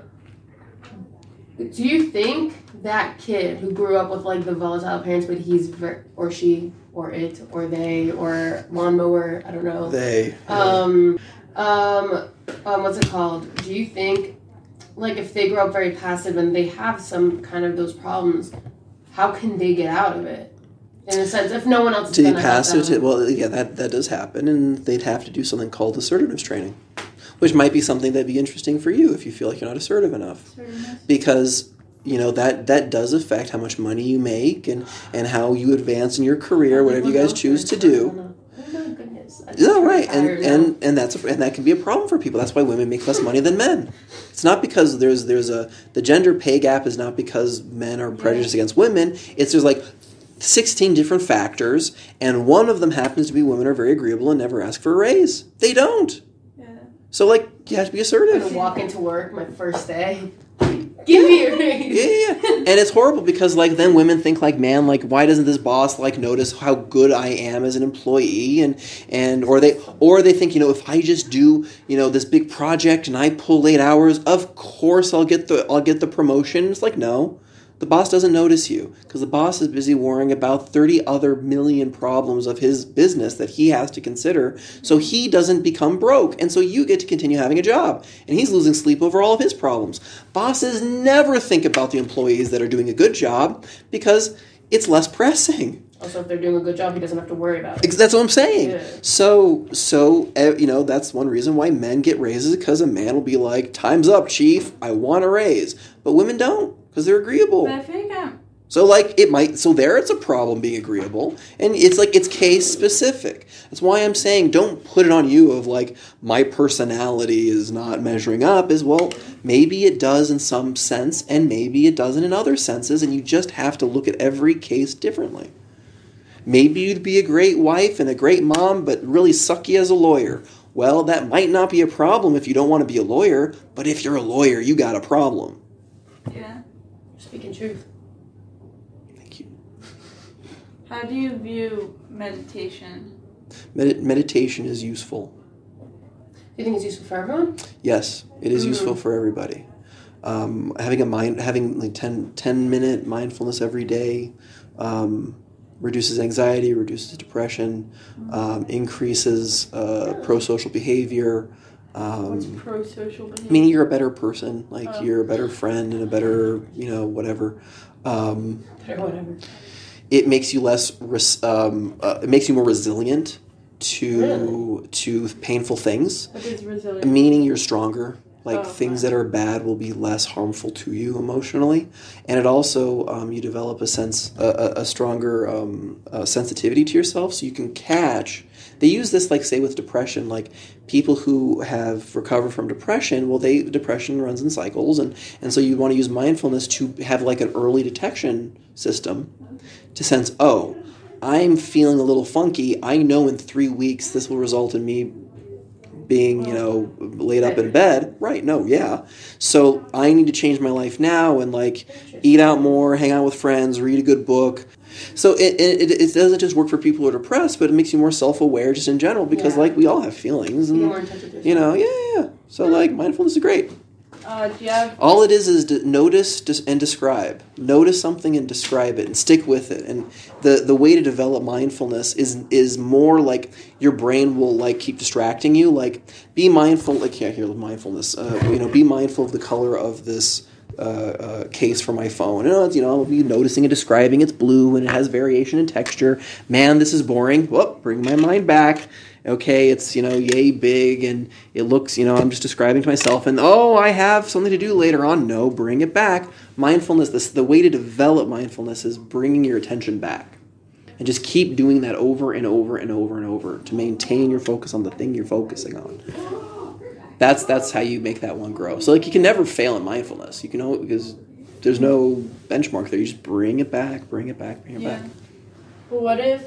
S3: do you think that kid who grew up with like the volatile parents, but he's ver- or she or it or they or lawnmower, I don't know.
S1: They
S3: Um, um, um, what's it called? Do you think like if they grow up very passive and they have some kind of those problems, how can they get out of it? In a sense, if no one else is
S1: to be
S3: gonna help
S1: passive
S3: them.
S1: to, well yeah that, that does happen and they'd have to do something called assertiveness training which might be something that'd be interesting for you if you feel like you're not assertive enough because you know that that does affect how much money you make and and how you advance in your career whatever you guys choose to do
S3: Oh my goodness. I
S1: no,
S3: just
S1: right, and
S3: retired now.
S1: and and that's and that can be a problem for people. That's why women make less money than men. It's not because there's there's a the gender pay gap is not because men are prejudiced against women. It's there's like sixteen different factors, and one of them happens to be women are very agreeable and never ask for a raise. They don't.
S2: Yeah.
S1: So like you have to be
S3: I'm
S1: assertive.
S3: gonna walk into work my first day. Give me a raise.
S1: Yeah, yeah, yeah. and it's horrible because like then women think like, man, like why doesn't this boss like notice how good I am as an employee and and or they or they think you know if I just do you know this big project and I pull eight hours, of course I'll get the I'll get the promotion. It's like no. The boss doesn't notice you because the boss is busy worrying about 30 other million problems of his business that he has to consider. So he doesn't become broke. And so you get to continue having a job. And he's losing sleep over all of his problems. Bosses never think about the employees that are doing a good job because it's less pressing.
S3: Also, if they're doing a good job, he doesn't have to worry about it.
S1: Ex- That's what I'm saying.
S3: Yeah.
S1: So, so eh, you know, that's one reason why men get raises because a man will be like, "Time's up, chief. I want a raise." But women don't because they're agreeable.
S2: But I think I'm.
S1: So like it might so there it's a problem being agreeable and it's like it's case specific. That's why I'm saying don't put it on you of like my personality is not measuring up as well maybe it does in some sense and maybe it doesn't in other senses and you just have to look at every case differently. Maybe you'd be a great wife and a great mom, but really sucky as a lawyer. Well, that might not be a problem if you don't want to be a lawyer, but if you're a lawyer, you got a problem.
S2: Yeah.
S3: Speaking truth.
S1: Thank you.
S2: How do you view meditation?
S1: Medi- meditation is useful.
S3: Do you think it's useful for everyone?
S1: Yes, it is
S3: Mhm.
S1: useful
S2: Mm-hmm.
S1: for everybody. Um, having a mind, having like 10, 10 minute mindfulness every day um, reduces anxiety, reduces depression,
S2: Mm-hmm.
S1: um, increases uh, pro social behavior.
S2: What's
S1: Um,
S2: pro social behavior?
S1: meaning you're a better person, like
S2: Oh.
S1: you're a better friend and a better, you know, whatever. Um,
S3: Or whatever.
S1: it makes you less, res- um, uh, it makes you more resilient to to painful things
S2: What is resilience?
S1: meaning you're stronger like
S2: Oh,
S1: things
S2: wow.
S1: that are bad will be less harmful to you emotionally and it also um, you develop a sense a, a, a stronger um, uh, sensitivity to yourself so you can catch they use this like say with depression like people who have recovered from depression well they depression runs in cycles and and so you want to use mindfulness to have like an early detection system to sense oh i'm feeling a little funky i know in three weeks this will result in me being
S3: Oh.
S1: you know laid up in bed right no yeah so i need to change my life now and like eat out more hang out with friends read a good book so it, it, it doesn't just work for people who are depressed but it makes you more self-aware just in general because
S3: Yeah.
S1: like we all have feelings
S3: Be
S1: and
S3: more Mm. in touch with yourself.
S1: you know yeah yeah, yeah so like mindfulness is great
S2: Uh, do you have
S1: all it is is to notice dis- and describe. Notice something and describe it, and stick with it. And the, the way to develop mindfulness is is more like your brain will like keep distracting you. Like be mindful. Like yeah, here mindfulness. Uh, you know, be mindful of the color of this. Uh, uh, case for my phone. You know, it's, you know, I'll be noticing and describing. It's blue and it has variation in texture. Man, this is boring. Whoop, bring my mind back okay, it's you know yay big and it looks you know I'm just describing to myself and oh I have something to do later on. No, bring it back. Mindfulness. This the way to develop mindfulness is bringing your attention back and just keep doing that over and over and over and over to maintain your focus on the thing you're focusing on. That's that's how you make that one grow. So like you can never fail in mindfulness. You can always because there's no benchmark there. You just bring it back, bring it back, bring it
S2: yeah.
S1: back.
S2: But what if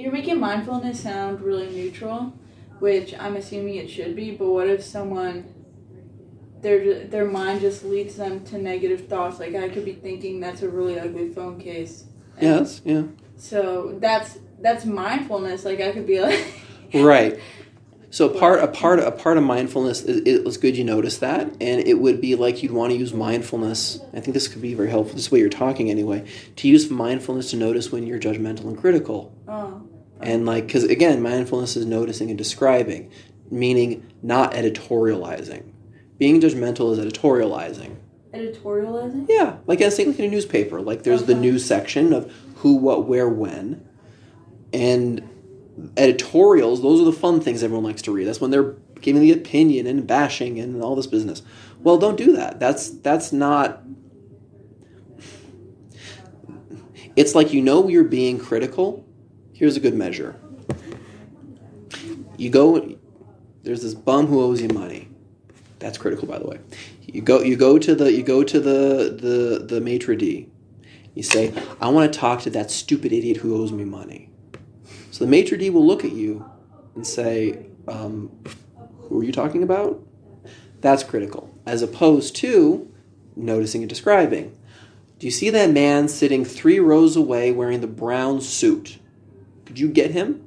S2: you're making mindfulness sound really neutral, which I'm assuming it should be. But what if someone their their mind just leads them to negative thoughts? Like I could be thinking that's a really ugly phone case. and
S1: Yes, yeah.
S2: So that's that's mindfulness. Like I could be like.
S1: right so a part a part a part of mindfulness it, it was good you noticed that and it would be like you'd want to use mindfulness i think this could be very helpful this is the way you're talking anyway to use mindfulness to notice when you're judgmental and critical
S2: Oh.
S1: and like because again mindfulness is noticing and describing meaning not editorializing being judgmental is editorializing
S2: Editorializing.
S1: yeah, like I think like in a newspaper, like there's the
S2: Okay.
S1: news section of who, what, where, when, and editorials. Those are the fun things everyone likes to read. That's when they're giving the opinion and bashing and all this business. Well, don't do that. That's that's not. It's like you know you're being critical. Here's a good measure. You go. There's this bum who owes you money. That's critical, by the way. You go you go to the you go to the the the maitre d. You say, "I want to talk to that stupid idiot who owes me money." So the maitre d will look at you and say, um, "Who are you talking about?" That's critical, as opposed to noticing and describing. Do you see that man sitting three rows away wearing the brown suit? Could you get him?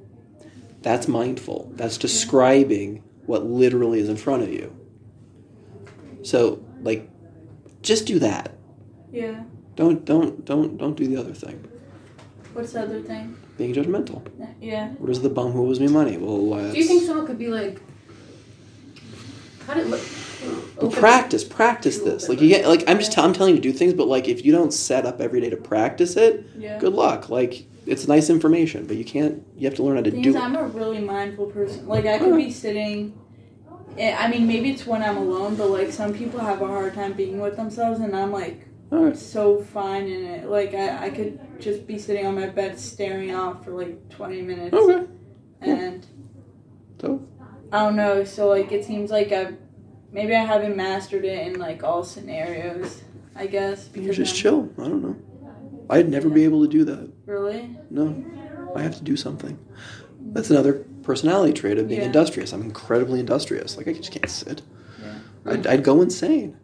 S1: That's mindful. That's describing what literally is in front of you. So, like, just do that.
S2: Yeah.
S1: Don't don't don't don't do the other thing.
S2: What's the other thing?
S1: Being judgmental.
S2: Yeah.
S1: Where's the bum who owes me money? Well, uh,
S3: Do you think someone could be like, how did look?
S1: But practice, practice this. Like you get, like I'm just, i I'm telling you to do things, but like if you don't set up every day to practice it,
S2: Yeah.
S1: good luck. Like it's nice information, but you can't. You have to learn how to
S2: Thing is,
S1: do. it.
S2: I'm a really mindful person. Like I could be sitting. eh, I mean, maybe it's when I'm alone, but like some people have a hard time being with themselves, and I'm like
S1: All right.
S2: so fine in it. Like I, I could just be sitting on my bed staring off for like 20 minutes,
S1: Okay.
S2: and
S1: Oh. So?
S2: I don't know. So like it seems like I, maybe I haven't mastered it in like all scenarios. I guess
S1: You
S2: because
S1: just
S2: I'm-
S1: chill. I don't know. I'd never be able to do that.
S2: Really?
S1: No. I have to do something. That's another personality trait of being
S2: Yeah.
S1: industrious. I'm incredibly industrious. Like I just can't sit.
S2: Yeah.
S1: I'd, I'd go insane.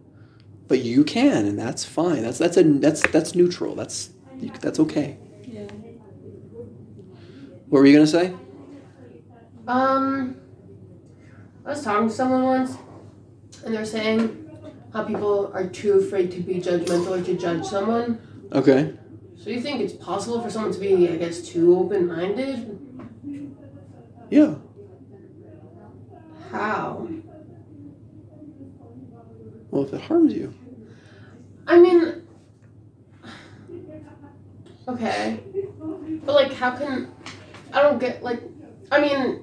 S1: But you can, and that's fine. That's that's a that's that's neutral. That's you, that's okay.
S2: Yeah.
S1: What were you gonna say?
S3: Um, I was talking to someone once, and they're saying how people are too afraid to be judgmental or to judge someone.
S1: Okay.
S3: So you think it's possible for someone to be, I guess, too open-minded?
S1: Yeah.
S3: How?
S1: Well, if it harms you,
S3: I mean, okay, but like, how can I don't get like? I mean,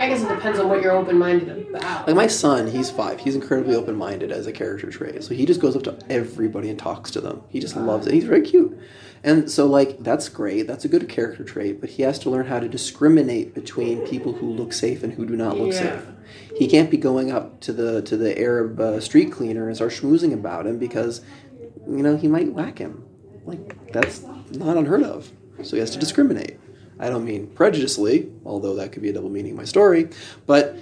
S3: I guess it depends on what you're open-minded about.
S1: like my son, he's five. He's incredibly open-minded as a character trait. So he just goes up to everybody and talks to them. He just loves it. He's very cute, and so like that's great. That's a good character trait. But he has to learn how to discriminate between people who look safe and who do not look
S3: Yeah.
S1: safe. He can't be going up to the to the Arab uh, street cleaner and start schmoozing about him because, you know, he might whack him. Like that's not unheard of. So he has to discriminate. I don't mean prejudicially, although that could be a double meaning in my story, but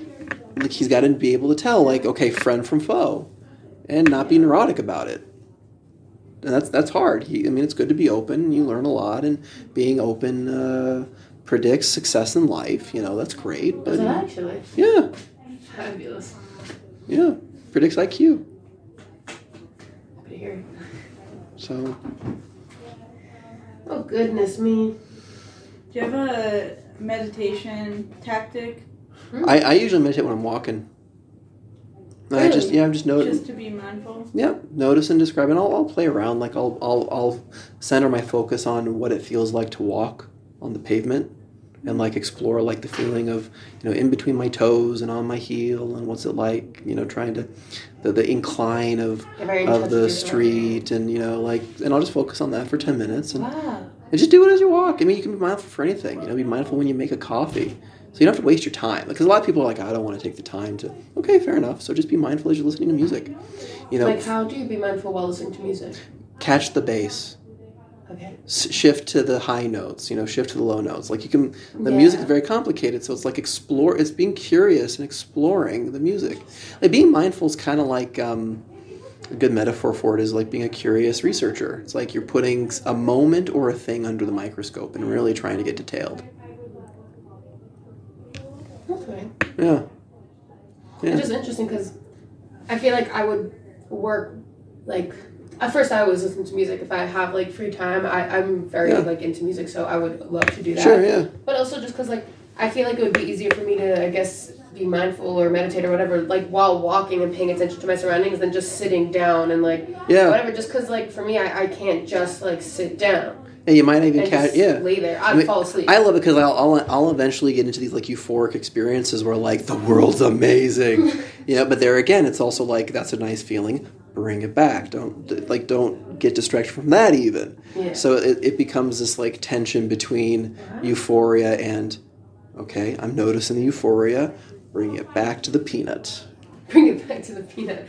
S1: like he's got to be able to tell like okay, friend from foe, and not be neurotic about it. And that's that's hard. He, I mean, it's good to be open. You learn a lot, and being open uh, predicts success in life. You know, that's great. But
S3: Is it actually
S1: yeah.
S3: fabulous?
S1: Yeah, predicts IQ.
S3: Happy to hear. it.
S1: So
S3: Oh goodness me.
S2: Do you have a meditation tactic
S1: I, I usually meditate when I'm walking. And I just
S3: Really?
S1: yeah, I'm just noticing.
S2: just to be mindful?
S1: Yeah, notice and describe, and I'll, I'll play around. Like I'll, I'll I'll center my focus on what it feels like to walk on the pavement, and like explore like the feeling of you know in between my toes and on my heel, and what's it like you know trying to the, the incline of
S3: You're very
S1: of the
S3: touchy.
S1: street, and you know like and I'll just focus on that for ten minutes, and
S3: Wow.
S1: And just do it as you walk. I mean, you can be mindful for anything. You know, be mindful when you make a coffee. So you don't have to waste your time. Because a lot of people are like, I don't want to take the time to. Okay, fair enough. So just be mindful as you're listening to music. You know,
S3: Like, how do you be mindful while listening to music?
S1: catch the bass.
S3: Okay.
S1: S- shift to the high notes. You know, shift to the low notes. Like you can. The
S3: Yeah.
S1: music is very complicated. So it's like explore. It's being curious and exploring the music. Like being mindful is kind of like. Um, a good metaphor for it is like being a curious researcher. It's like you're putting a moment or a thing under the microscope and really trying to get detailed.
S3: Okay.
S1: Yeah. Yeah.
S3: Which is interesting because I feel like I would work, like, at first I always listen to music. If I have, like, free time, I, I'm very,
S1: Yeah.
S3: like, into music, so I would love to do that.
S1: Sure, yeah.
S3: But also just because, like, I feel like it would be easier for me to, I guess, be mindful or meditate or whatever, like, while walking and paying attention to my surroundings than just sitting down and, like,
S1: Yeah.
S3: whatever. Just because, like, for me, I, I can't just, like, sit down
S1: And you might even
S3: and
S1: catch
S3: just
S1: yeah.
S3: lay there.
S1: I
S3: I'd
S1: mean,
S3: fall asleep.
S1: I love it because I'll, I'll I'll eventually get into these like euphoric experiences where like the world's amazing, yeah. But there again, it's also like that's a nice feeling. Bring it back. Don't like don't get distracted from that even.
S3: yeah.
S1: So it, it becomes this like tension between euphoria and okay, I'm noticing the euphoria. Bring it back to the peanut.
S3: Bring it back to the peanut.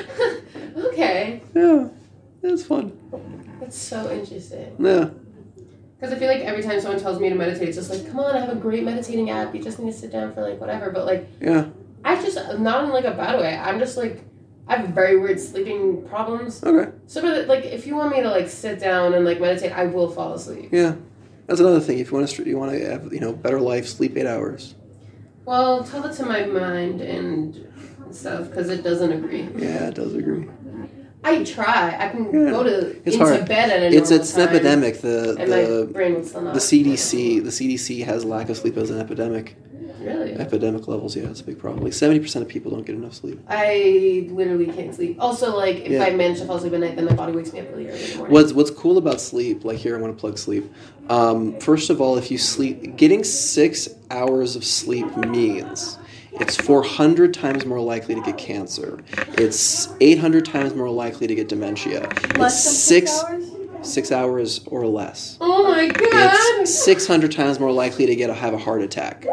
S3: okay.
S1: Yeah, that's fun.
S3: That's so interesting.
S1: Yeah,
S3: Because I feel like every time someone tells me to meditate, it's just like, come on, I have a great meditating app. You just need to sit down for like whatever. But like,
S1: yeah.
S3: I just, not in like a bad way, I'm just like, I have very weird sleeping problems.
S1: Okay.
S3: So, but like, if you want me to like sit down and like meditate, I will fall asleep.
S1: Yeah, that's another thing. If you want to, you want to have you know better life, sleep eight hours.
S3: Well, tell it to my mind and stuff because it doesn't agree.
S1: Yeah, it does agree.
S3: I try. I can
S1: Yeah.
S3: go to
S1: It's
S3: into
S1: hard.
S3: bed at a
S1: It's
S3: normal
S1: it's
S3: time,
S1: an epidemic. The
S3: And my
S1: the
S3: brain will still not.
S1: the CDC the CDC has lack of sleep as an epidemic.
S3: Really.
S1: Epidemic levels. Yeah, it's a big problem. Like seventy percent of people don't get enough sleep.
S3: I literally can't sleep. Also, like if
S1: Yeah.
S3: I manage to fall asleep at night, then my body wakes me up really early in the morning.
S1: What's what's cool about sleep? Like here, I want to plug sleep. Um, first of all, if you sleep, getting six hours of sleep means it's 400 times more likely to get cancer. It's 800 times more likely to get dementia. It's
S2: Less than six,
S1: six
S2: hours?
S1: six hours or less.
S3: Oh my god!
S1: It's 600 times more likely to get a, have a heart attack.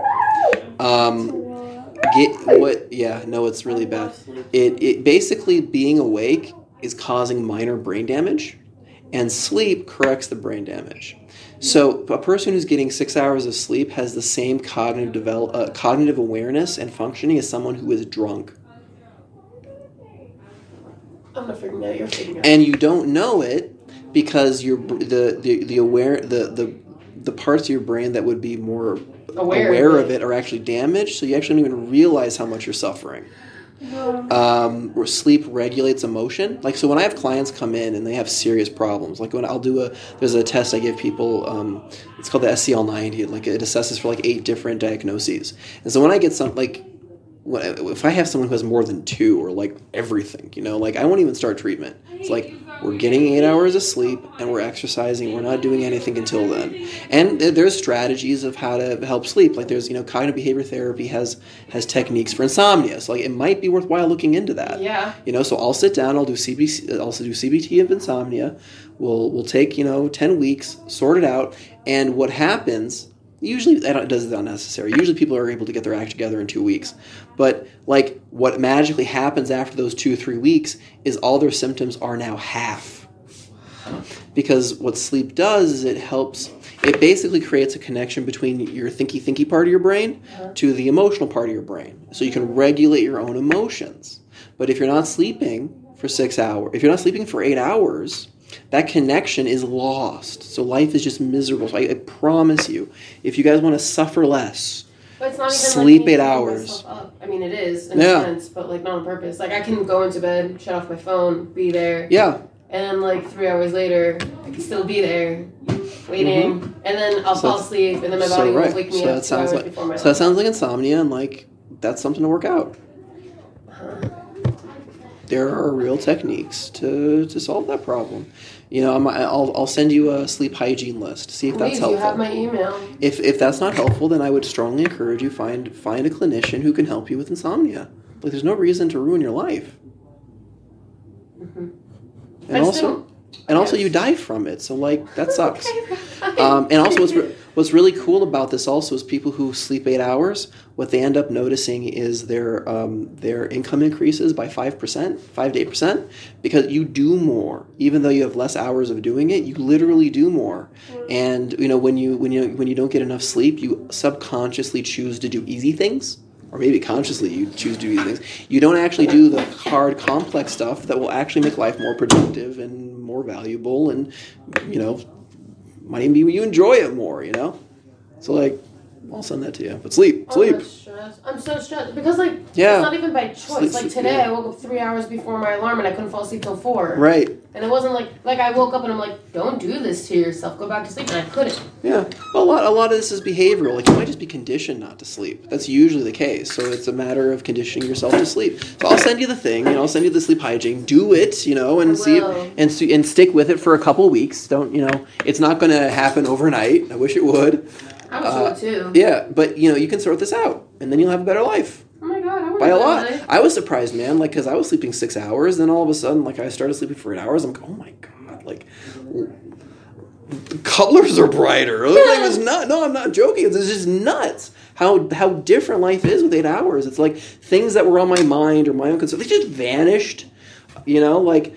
S1: Um,
S2: Well,
S1: get what? Yeah, no, it's really
S2: I love
S1: bad.
S2: sleep.
S1: It, it basically being awake is causing minor brain damage, and sleep corrects the brain damage. So a person who's getting six hours of sleep has the same cognitive develop, uh, cognitive awareness and functioning as someone who is drunk.
S3: I'm not figuring out. You're figuring out.
S1: and you don't know it because your br- the the, the aware the, the the parts of your brain that would be more aware,
S3: Aware.
S1: of it are actually damaged so you actually don't even realize how much you're suffering um, where sleep regulates emotion like so when i have clients come in and they have serious problems like when i'll do a there's a test i give people um, it's called the scl90 like it assesses for like eight different diagnoses and so when i get some like when, if I have someone who has more than two or like everything, you know, like I won't even start treatment. It's like we're getting eight hours of sleep and we're exercising. We're not doing anything until then. And th- there's strategies of how to help sleep. Like there's you know cognitive behavior therapy has has techniques for insomnia. So like it might be worthwhile looking into that.
S3: Yeah.
S1: You know, so I'll sit down. I'll do CBC. I'll also do CBT of insomnia. We'll we'll take you know ten weeks, sort it out, and what happens? Usually that don't- does it unnecessary. Usually people are able to get their act together in two weeks, but like what magically happens after those two three weeks is all their symptoms are now half. Because what sleep does is it helps. It basically creates a connection between your thinky thinky part of your brain to the emotional part of your brain, so you can regulate your own emotions. But if you're not sleeping for six hours, if you're not sleeping for eight hours, that connection is lost. So life is just miserable. So I, I promise you, if you guys want to suffer less,
S3: But it's not even
S1: Sleep
S3: like me
S1: eight
S3: beating
S1: hours.
S3: myself up. I mean, it is in
S1: Yeah.
S3: a sense, but like not on purpose. Like I can go into bed, shut off my phone, be there,
S1: yeah,
S3: and then like three hours later, I can still be there, waiting, and then
S1: Mm-hmm.
S3: I'll
S1: So
S3: fall
S1: that's-
S3: asleep, and then my
S1: so
S3: body
S1: right.
S3: will wake me
S1: So
S3: up
S1: that
S3: two
S1: sounds
S3: hours
S1: like-
S3: before my
S1: so that sounds like insomnia, and like that's something to work out.
S3: alarm.
S1: There are real techniques to, to solve that problem. You know, I'm, I'll, I'll send you a sleep hygiene list. See if that's
S3: Please,
S1: helpful.
S3: you have my email.
S1: If if that's not helpful, then I would strongly encourage you find find a clinician who can help you with insomnia. Like there's no reason to ruin your life.
S3: Mhm.
S1: And
S3: I just
S1: also
S3: didn't-
S1: and also
S3: yes.
S1: you die from it. So like that sucks.
S3: Okay,
S1: Um, and also what's re- what's really cool about this also is people who sleep 8 hours, what they end up noticing is their um, their income increases by 5%, 5 to 8% because you do more even though you have less hours of doing it, you literally do more
S3: Mm.
S1: and you know when you when you when you don't get enough sleep you subconsciously choose to do easy things or maybe consciously you choose to do easy things you don't actually do the hard complex stuff that will actually make life more productive and more valuable and you know might even be you enjoy it more you know so like i'll send that to you but sleep sleep
S3: I'm, so stressed. I'm so stressed because like
S1: Yeah.
S3: it's not even by choice.
S1: Sleep-
S3: like
S1: sleep-
S3: today,
S1: yeah.
S3: I woke up three hours before my alarm and I couldn't fall asleep till four.
S1: right
S3: And it wasn't like like I woke up and I'm like, don't do this to yourself. Go back to sleep, and I couldn't.
S1: Yeah, well, a lot a lot of this is behavioral. Like you might just be conditioned not to sleep. That's usually the case. So it's a matter of conditioning yourself to sleep. So I'll send you the thing, and I'll send you the sleep hygiene. Do it, you know, and
S3: I
S1: see
S3: will.
S1: and see, and stick with it for a couple weeks. Don't you know? It's not going to happen overnight. I wish it would.
S3: I was
S1: Uh,
S3: so too.
S1: Yeah, but you know you can sort this out, and then you'll have a better life
S3: Oh my god, I
S1: by a
S3: wanna
S1: lot.
S3: die.
S1: I was surprised, man. Like, cause I was sleeping six hours, then all of a sudden, like, I started sleeping for eight hours. I'm like, oh my god, like, w- the colors are brighter. It was not. No, I'm not joking. It's just nuts how how different life is with eight hours. It's like things that were on my mind or my own concern, they just vanished. You know, like,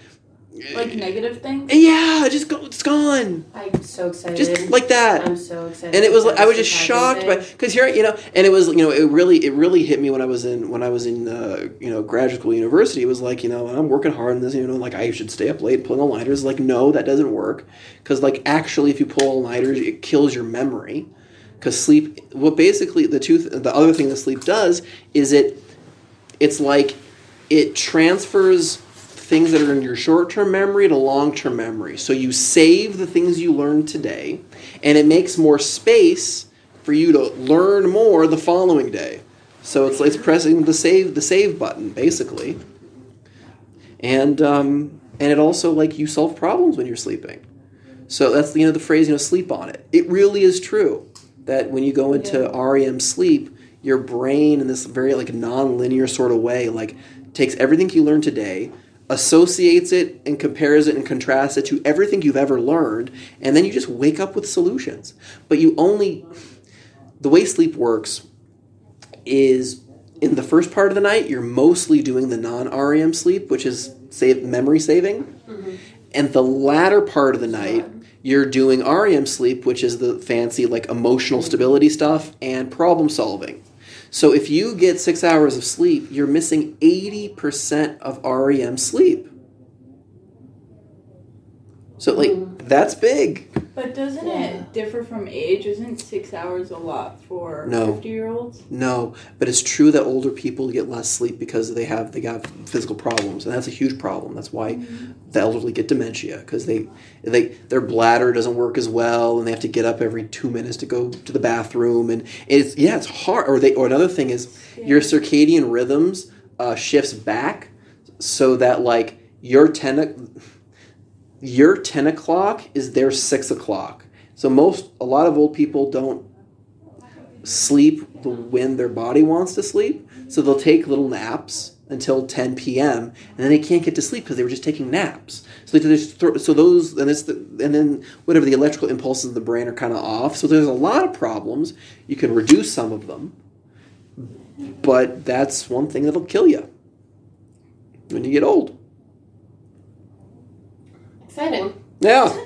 S1: eh,
S2: Like negative things.
S1: yeah, just go, it's gone,
S3: I'm so excited.
S1: just like that.
S3: I'm so excited.
S1: and it was
S3: about
S1: like I was
S3: this
S1: just
S3: entire
S1: shocked by
S3: thing.
S1: because here you know, and it was you know it really it really hit me when I was in when I was in uh, you know graduate school university. It was like you know and I'm working hard on this you know like I should stay up late pulling all nighters. Like no, that doesn't work because like actually if you pull all nighters, it kills your memory because sleep. What basically the two th- the other thing that sleep does is it it's like it transfers things that are in your short-term memory to long-term memory so you save the things you learned today and it makes more space for you to learn more the following day so it's it's pressing the save the save button basically and um, and it also like you solve problems when you're sleeping so that's you know the phrase you know sleep on it. It really is true that when you go into REM sleep, your brain in this very like non-linear sort of way like takes everything you learned today, associates it and compares it and contrasts it to everything you've ever learned, and then you just wake up with solutions. But you only the way sleep works is in the first part of the E
S3: Mm-hmm.
S1: night, you're mostly doing the non REM sleep, which is save, memory saving. And the latter part of the night, you're doing REM sleep, which is the fancy like emotional stability stuff and problem solving. So if you get six hours of sleep, you're missing 80% of REM sleep. So like that's big.
S2: But doesn't
S3: Yeah.
S2: it differ from age? Isn't six hours a lot for
S1: No.
S2: fifty-year-olds?
S1: No, but it's true that older people get less sleep because they have they have physical problems, and that's a huge problem. That's why the elderly get dementia because they they their bladder doesn't work as well, and they have to get up every two minutes to go to the bathroom, and it's yeah, it's hard. Or they or another thing is your circadian rhythms uh, shifts back so that like your ten o- your ten o'clock is their six o'clock. So most a lot of old people don't sleep the- when their body wants to sleep. So they'll take little naps until 10 p.m. and then they can't get to sleep because they were just taking naps. So they just throw, so those and it's the, and then whatever the electrical impulses of the brain are kind of off. So there's a lot of problems. You can reduce some of them, but that's one thing that'll kill you when you get old.
S3: Exciting.
S1: Yeah,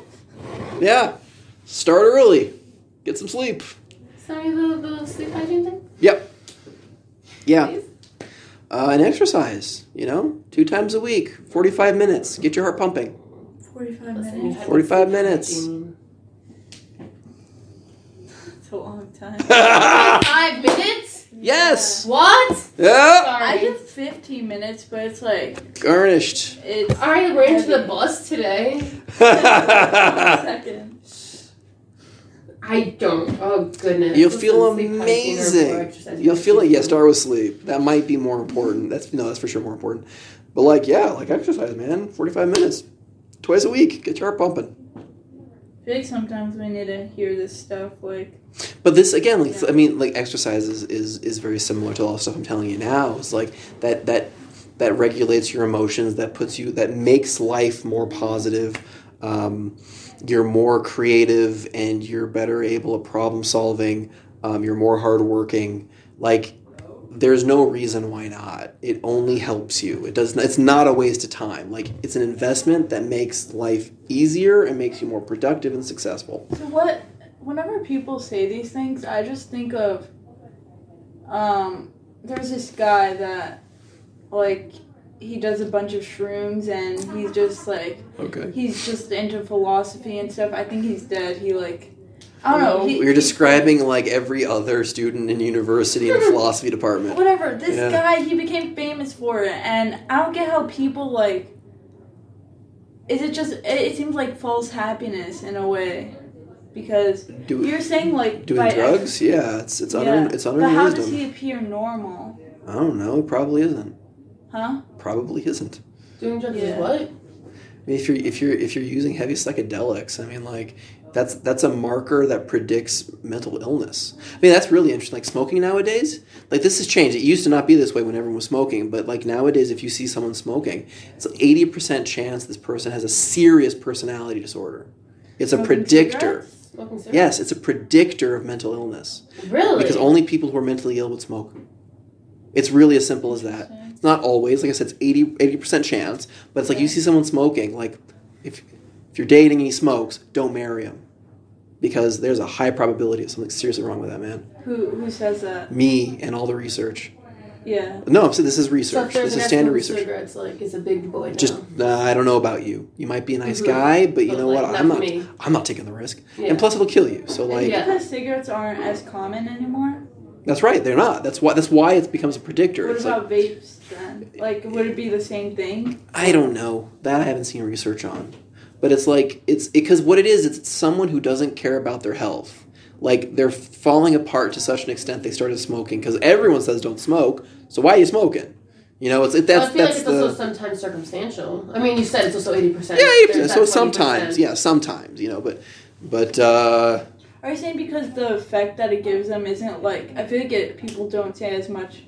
S1: yeah. Start early. Get some sleep.
S3: Sorry, the, the sleep hygiene thing?
S1: Yep. Yeah.
S3: Please?
S1: uh, and exercise. You know, two times a week, forty-five minutes. Get your heart pumping.
S2: Forty-five
S3: Listen, you
S2: minutes.
S3: had
S1: 45
S3: sleep
S1: minutes.
S3: hygiene.
S2: That's a long time.
S3: Five minutes?
S1: yes.
S3: What?
S1: Yeah.
S2: I
S3: Sorry.
S2: did fifteen minutes, but it's like
S1: Garnished.
S2: it's
S3: Ari ran to the
S2: heavy.
S3: bus today.
S2: Second.
S3: I don't. Oh goodness.
S1: You'll
S3: Listen,
S1: feel
S3: sleep hygiene or more
S1: amazing.
S3: exercise
S1: You'll feel it.
S3: hygiene.
S1: Yeah, start with sleep. That might be more important. That's no, that's for sure more important. But like, yeah, like exercise, man. Forty-five minutes, twice a week. Get your heart pumping.
S2: I feel like sometimes we need to hear this stuff like
S1: But this again, like I mean, like exercise is, is is very similar to all the stuff I'm telling you now. It's like that that that regulates your emotions, that puts you, that makes life more positive. Um, you're more creative, and you're better able at problem solving. Um, you're more hardworking. Like there's no reason why not. It only helps you. It does. It's not a waste of time. Like it's an investment that makes life easier and makes you more productive and successful.
S2: So what? Whenever people say these things, I just think of. Um, there's this guy that, like, he does a bunch of shrooms and he's just like
S1: Okay.
S2: he's just into philosophy and stuff. I think he's dead. He like, I don't know. He,
S1: You're
S2: he-
S1: describing like every other student in university in the philosophy department.
S2: whatever. This
S1: Yeah.
S2: guy he became famous for it, and I don't get how people like. Is it just? It, it seems like false happiness in a way, because
S1: Do,
S2: you're saying like
S1: doing
S2: by
S1: drugs? Yeah, it's it's under
S2: Yeah.
S1: it's under
S2: But how does
S1: wisdom.
S2: he appear normal?
S1: I don't know. It probably isn't.
S2: Huh?
S1: Probably isn't.
S3: Doing drugs
S2: Yeah.
S3: is what?
S1: I mean, if you're if you're if you're using heavy psychedelics, I mean, like that's that's a marker that predicts mental illness. I mean, that's really interesting. Like smoking nowadays, like this has changed. It used to not be this way when everyone was smoking, but like nowadays, if you see someone smoking, it's an eighty percent chance this person has a serious personality disorder. It's a
S2: Smoking
S1: predictor.
S2: cigarettes?
S3: Smoking cigarettes?
S1: Yes, it's a predictor of mental illness
S3: Really?
S1: because only people who are mentally ill would smoke. It's really as simple as that.
S2: Interesting.
S1: It's not always, like I said, it's 80 percent chance, but it's like you
S2: Yeah.
S1: see someone smoking, like if if you're dating and he smokes, don't marry him because there's a high probability of something seriously wrong with that man.
S2: Who who says that?
S1: Me and all the research.
S2: Yeah.
S1: No, I'm saying this is
S3: So if
S1: research. this
S3: there's an
S1: is standard
S3: actual
S1: research.
S3: Cigarettes like is a big boy now.
S1: Just uh, I don't know about you. You might be a nice
S3: Mhm.
S1: guy, but you
S3: But,
S1: know
S3: like,
S1: what?
S3: not
S1: I'm
S3: for
S1: not.
S3: me.
S1: I'm not taking the risk.
S3: Yeah.
S1: And plus, it'll kill you. So like,
S3: Yeah.
S2: Because cigarettes aren't as common anymore.
S1: that's right. They're not. That's why. That's why it becomes a predictor.
S2: What
S1: It's like,
S2: about vapes then? Like, would it be the same thing?
S1: I don't know. That I haven't seen research on. But it's like it's because what it is, it's someone who doesn't care about their health. Like they're falling apart to such an extent they started smoking because everyone says don't smoke. So why are you smoking? You know, it's it,
S3: Well,
S1: that's
S3: I feel like
S1: that's
S3: it's
S1: the
S3: also sometimes circumstantial. I mean, you said it's also eighty percent.
S1: yeah. yeah so sometimes, yeah, sometimes you know, but but uh,
S2: Are you saying because the effect that it gives them isn't like I feel like it, people don't say as much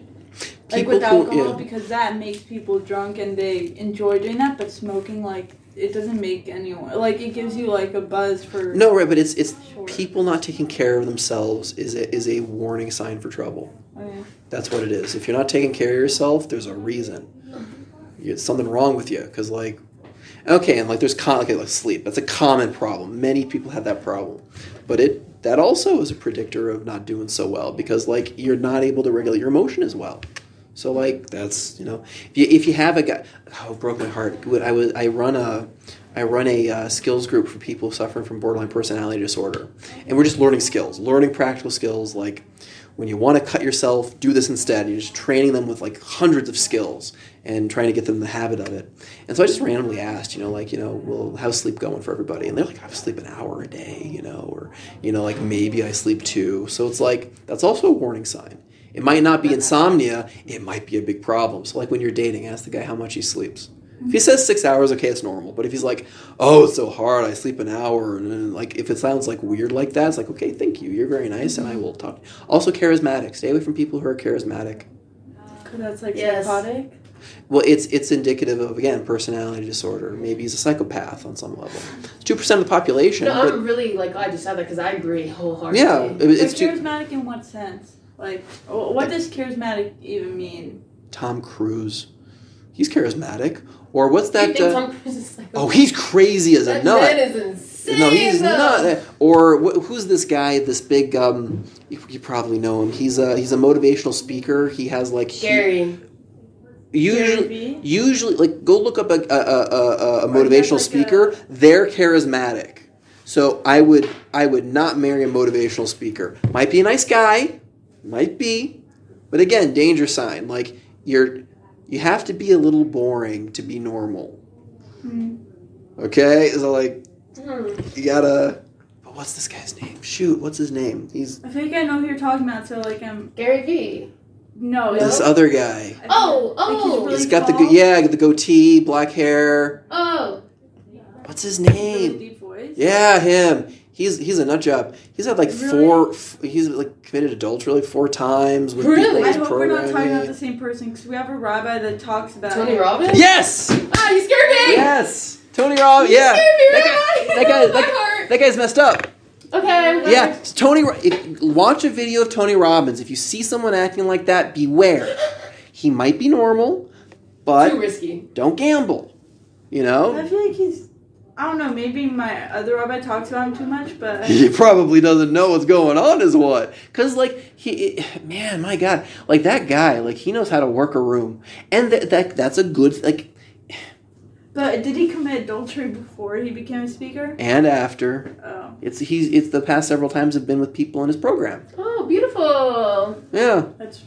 S2: like
S1: people
S2: with
S1: who-
S2: alcohol
S1: yeah.
S2: because that makes people drunk and they enjoy doing that, but smoking like it doesn't make anyone like it gives you like a buzz for
S1: No, right, but it's it's
S2: Sure.
S1: people not taking care of themselves is a, is a warning sign for trouble.
S2: Okay.
S1: That's what it is. If you're not taking care of yourself, there's a reason. It's something wrong with you because like Okay, and like there's con- okay, like sleep. That's a common problem. Many people have that problem, but it that also is a predictor of not doing so well because like you're not able to regulate your emotion as well. So like that's you know if you, if you have a guy oh it broke my heart When I was I run a I run a uh, skills group for people suffering from borderline personality disorder and we're just learning skills learning practical skills like when you want to cut yourself do this instead you're just training them with like hundreds of skills and trying to get them the habit of it and so I just randomly asked you know like you know well how's sleep going for everybody and they're like I sleep an hour a day you know or you know like maybe I sleep two so it's like that's also a warning sign it might not be insomnia, it might be a big problem. So, like when you're dating, ask the guy how much he sleeps. If he says six hours, okay, it's normal. But if he's like, oh, it's so hard, I sleep an hour, and, then, like if it sounds like weird like that, it's like, okay, thank you, you're very nice, and I will talk. Also, charismatic. Stay away from people who are charismatic.
S2: that's like
S3: Yes.
S2: psychotic.
S1: Well, it's it's indicative of again personality disorder. Maybe he's a psychopath on some level. Two percent of the population.
S3: No,
S1: but-
S3: I'm really like glad you said that because I agree wholeheartedly.
S1: yeah, it- it's
S2: but
S1: too,
S2: charismatic in what sense? Like, wh- what does charismatic even mean?
S1: Tom Cruise. He's charismatic. Or what's
S3: Do you
S1: that?
S3: think
S1: uh,
S3: Tom Cruise is like,
S1: oh, he's crazy as a
S3: that
S1: nut.
S3: man is insane.
S1: No, he's
S3: though.
S1: not. Or wh- who's this guy? This big. Um, you, you probably know him. He's a he's a motivational speaker. He has like he-
S3: Gary.
S1: usually.
S2: Gary Vee?
S1: Usually, like go look up a, a, a, a, a
S2: Or he has,
S1: motivational
S2: like,
S1: speaker. They're charismatic, so I would I would not marry a motivational speaker. Might be a nice guy, might be, but again, danger sign. Like you're you have to be a little boring to be normal.
S2: Hmm.
S1: Okay, so like
S3: Hmm.
S1: you gotta. But what's this guy's name? Shoot, what's his name? He's
S2: I think I know who you're talking about. So like, I'm
S3: Gary V.
S2: no.
S3: No?
S1: this
S2: it's-
S1: other guy.
S2: I think-
S3: Oh,
S2: Like he's
S3: oh,
S2: really-
S1: He's got the
S2: tall?
S1: go- yeah, the goatee, black hair.
S3: oh.
S1: What's his
S2: Really
S1: name?
S2: deep voice.
S1: Yeah, him. He's he's a nut job. He's had like
S2: Really?
S1: four. F- he's like committed adultery like four times with
S3: Really?
S1: people
S2: I
S1: he's
S2: hope we're not talking about
S1: programming.
S2: the same person because we have a rabbi that talks about
S3: Tony
S2: it.
S3: Robbins?
S1: Yes,
S3: Ah, you scared me!
S1: yes. Tony Robbins.
S3: You
S1: Yeah,
S3: scared me
S1: that guy.
S3: right.
S1: That guy.
S3: My
S1: That,
S3: heart.
S1: that guy's messed up.
S3: Okay.
S1: Yeah, it's Tony. Ro- If, watch a video of Tony Robbins. If you see someone acting like that, beware. He might be normal,
S3: Too
S1: but
S3: risky.
S1: don't gamble. You
S2: I
S1: know,
S2: feel like he's. I don't know. Maybe my other rabbi talks about him too much, but I-
S1: he probably doesn't know what's going on, is what? Because like he, man, my God, like that guy, like he knows how to work a room, and that that that's a good like.
S2: but did he commit adultery before he became a speaker?
S1: And after
S2: Oh,
S1: it's he's it's the past several times have been with people in his program.
S3: Oh, beautiful.
S1: Yeah.
S2: that's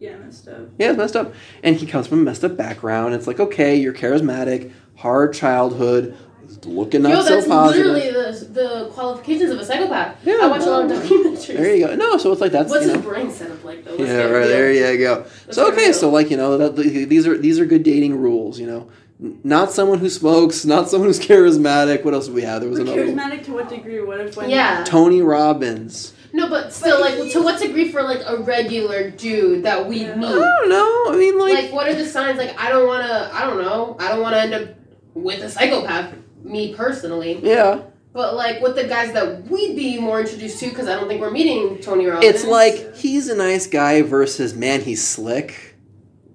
S2: yeah messed up.
S1: Yeah, it's messed up. And he comes from a messed up background. It's like, okay, you're charismatic, hard childhood, looking
S3: Yo,
S1: not
S3: that's
S1: so positive.
S3: literally the, the qualifications of a psychopath.
S1: Yeah.
S3: I watch a lot of documentaries.
S1: There you go. No, so it's like that's
S3: What's
S1: you
S3: his
S1: know,
S3: brain set up like though? Let's
S1: yeah,
S3: get
S1: right
S3: real.
S1: there you go.
S3: Let's
S1: so
S3: get
S1: okay,
S3: real.
S1: so like you know, that, these are these are good dating rules. You know, N- not someone who smokes, not someone who's charismatic. What else did we have? There was
S2: But
S1: another one.
S2: charismatic to what degree? What if when
S3: Yeah.
S1: Tony Robbins.
S3: No, but still, like, to what degree for like a regular dude that we
S2: Yeah.
S1: I
S3: meet?
S1: don't know. I mean, like,
S3: Hmm. Like, what are the signs? Like, I don't want to. I don't know. I don't want to end up with a psychopath. Me personally,
S1: yeah,
S3: but like with the guys that we'd be more introduced to, because I don't think we're meeting Tony Robbins.
S1: it's like he's a nice guy versus man, he's slick.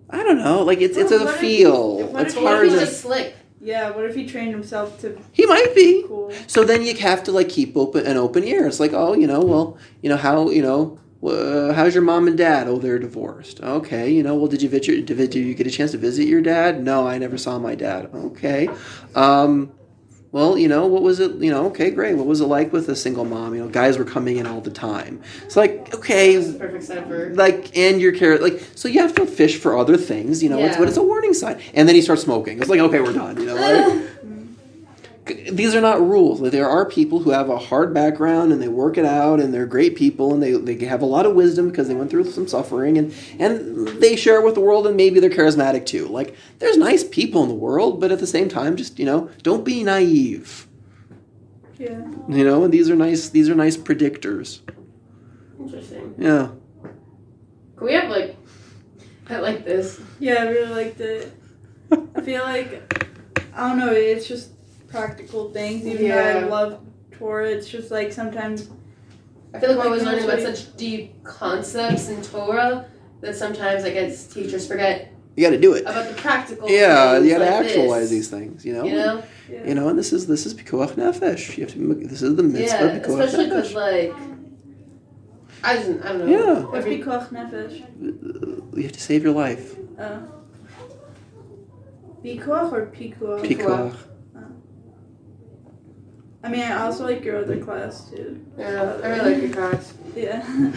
S1: I don't know. Like it's it's
S2: Well,
S1: a
S2: what if he-
S1: feel.
S2: what
S1: it's
S2: if he-
S3: what
S1: hard
S3: if
S1: to.
S3: he's just slick?
S2: Yeah, what if he trained himself to
S1: He might be.
S2: cool?
S1: So then you have to like keep open an open ear. It's like, oh, you know, well, you know how you know. Uh, how's your mom and dad? Oh, they're divorced. Okay, you know. Well, did you visit? Did, did you get a chance to visit your dad? No, I never saw my dad. Okay, um, well, you know, what was it? You know, okay, great. What was it like with a single mom? You know, guys were coming in all the time. It's like,
S3: He's
S1: okay,
S3: the perfect set for.
S1: like, and your care, like, so you have to fish for other things, you know. It's,
S3: Yeah.
S1: but it's a warning sign. And then he starts smoking. It's like, okay, we're done. You know, like, these are not rules. Like, there are people who have a hard background and they work it out and they're great people and they, they have a lot of wisdom because they went through some suffering and, and they share it with the world and maybe they're charismatic too. Like, there's nice people in the world, but at the same time, just, you know, don't be naive.
S2: Yeah.
S1: You know, and these are nice, these are nice predictors.
S3: Interesting.
S1: Yeah.
S3: Can we have like? I like this.
S2: Yeah, I really liked it. I feel like I don't know. It's just practical things. Even though I
S3: Yeah.
S2: love Torah, it's just like sometimes
S3: I feel like we're always
S2: Like,
S3: learning about
S2: usually-
S3: such deep concepts in Torah that sometimes I guess teachers forget
S1: You got to do it.
S3: about the practical.
S1: Yeah,
S3: things
S1: you got to
S3: like
S1: actualize
S3: this,
S1: these things. You know.
S3: You know,
S2: Yeah.
S1: You know, and this is this is pikuach nefesh. You have to. This is the mitzvah
S3: yeah,
S1: of pikuach
S3: especially because
S1: nefesh.
S3: like, I just I don't
S1: Yeah.
S3: know.
S2: What's
S3: Every-
S2: Pikuach Nefesh?
S1: You have to save your life.
S2: Oh. Pikuach or Pikuach?
S3: Pik-
S1: Pikuach.
S2: I mean, I also like your other class too.
S3: I don't know. I really like your cards,
S2: Yeah.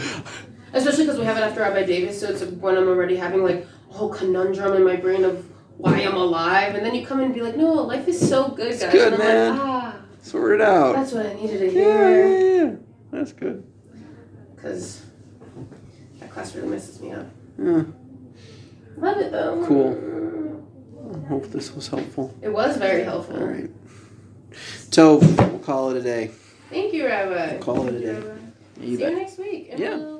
S3: especially because we have it after Rabbi Davis, so it's when I'm already having like a whole conundrum in my brain of why I'm alive, and then you come in and be like, no, life is so good, guys.
S1: good,
S3: and I'm
S1: man. Oh.
S3: Like, ah,
S1: Sort it out.
S3: that's what I needed to
S1: Yeah,
S3: hear.
S1: yeah, yeah. That's good.
S3: Because that class really messes me up.
S1: Yeah.
S3: Love it though.
S1: Cool. I hope this was helpful.
S3: It was very
S1: All
S3: helpful.
S1: right. Tove, we'll call it a day.
S3: Thank you, Rabbi.
S1: We'll call it a day.
S3: See you
S1: bet.
S3: next week.
S1: Yeah.
S3: Everyone-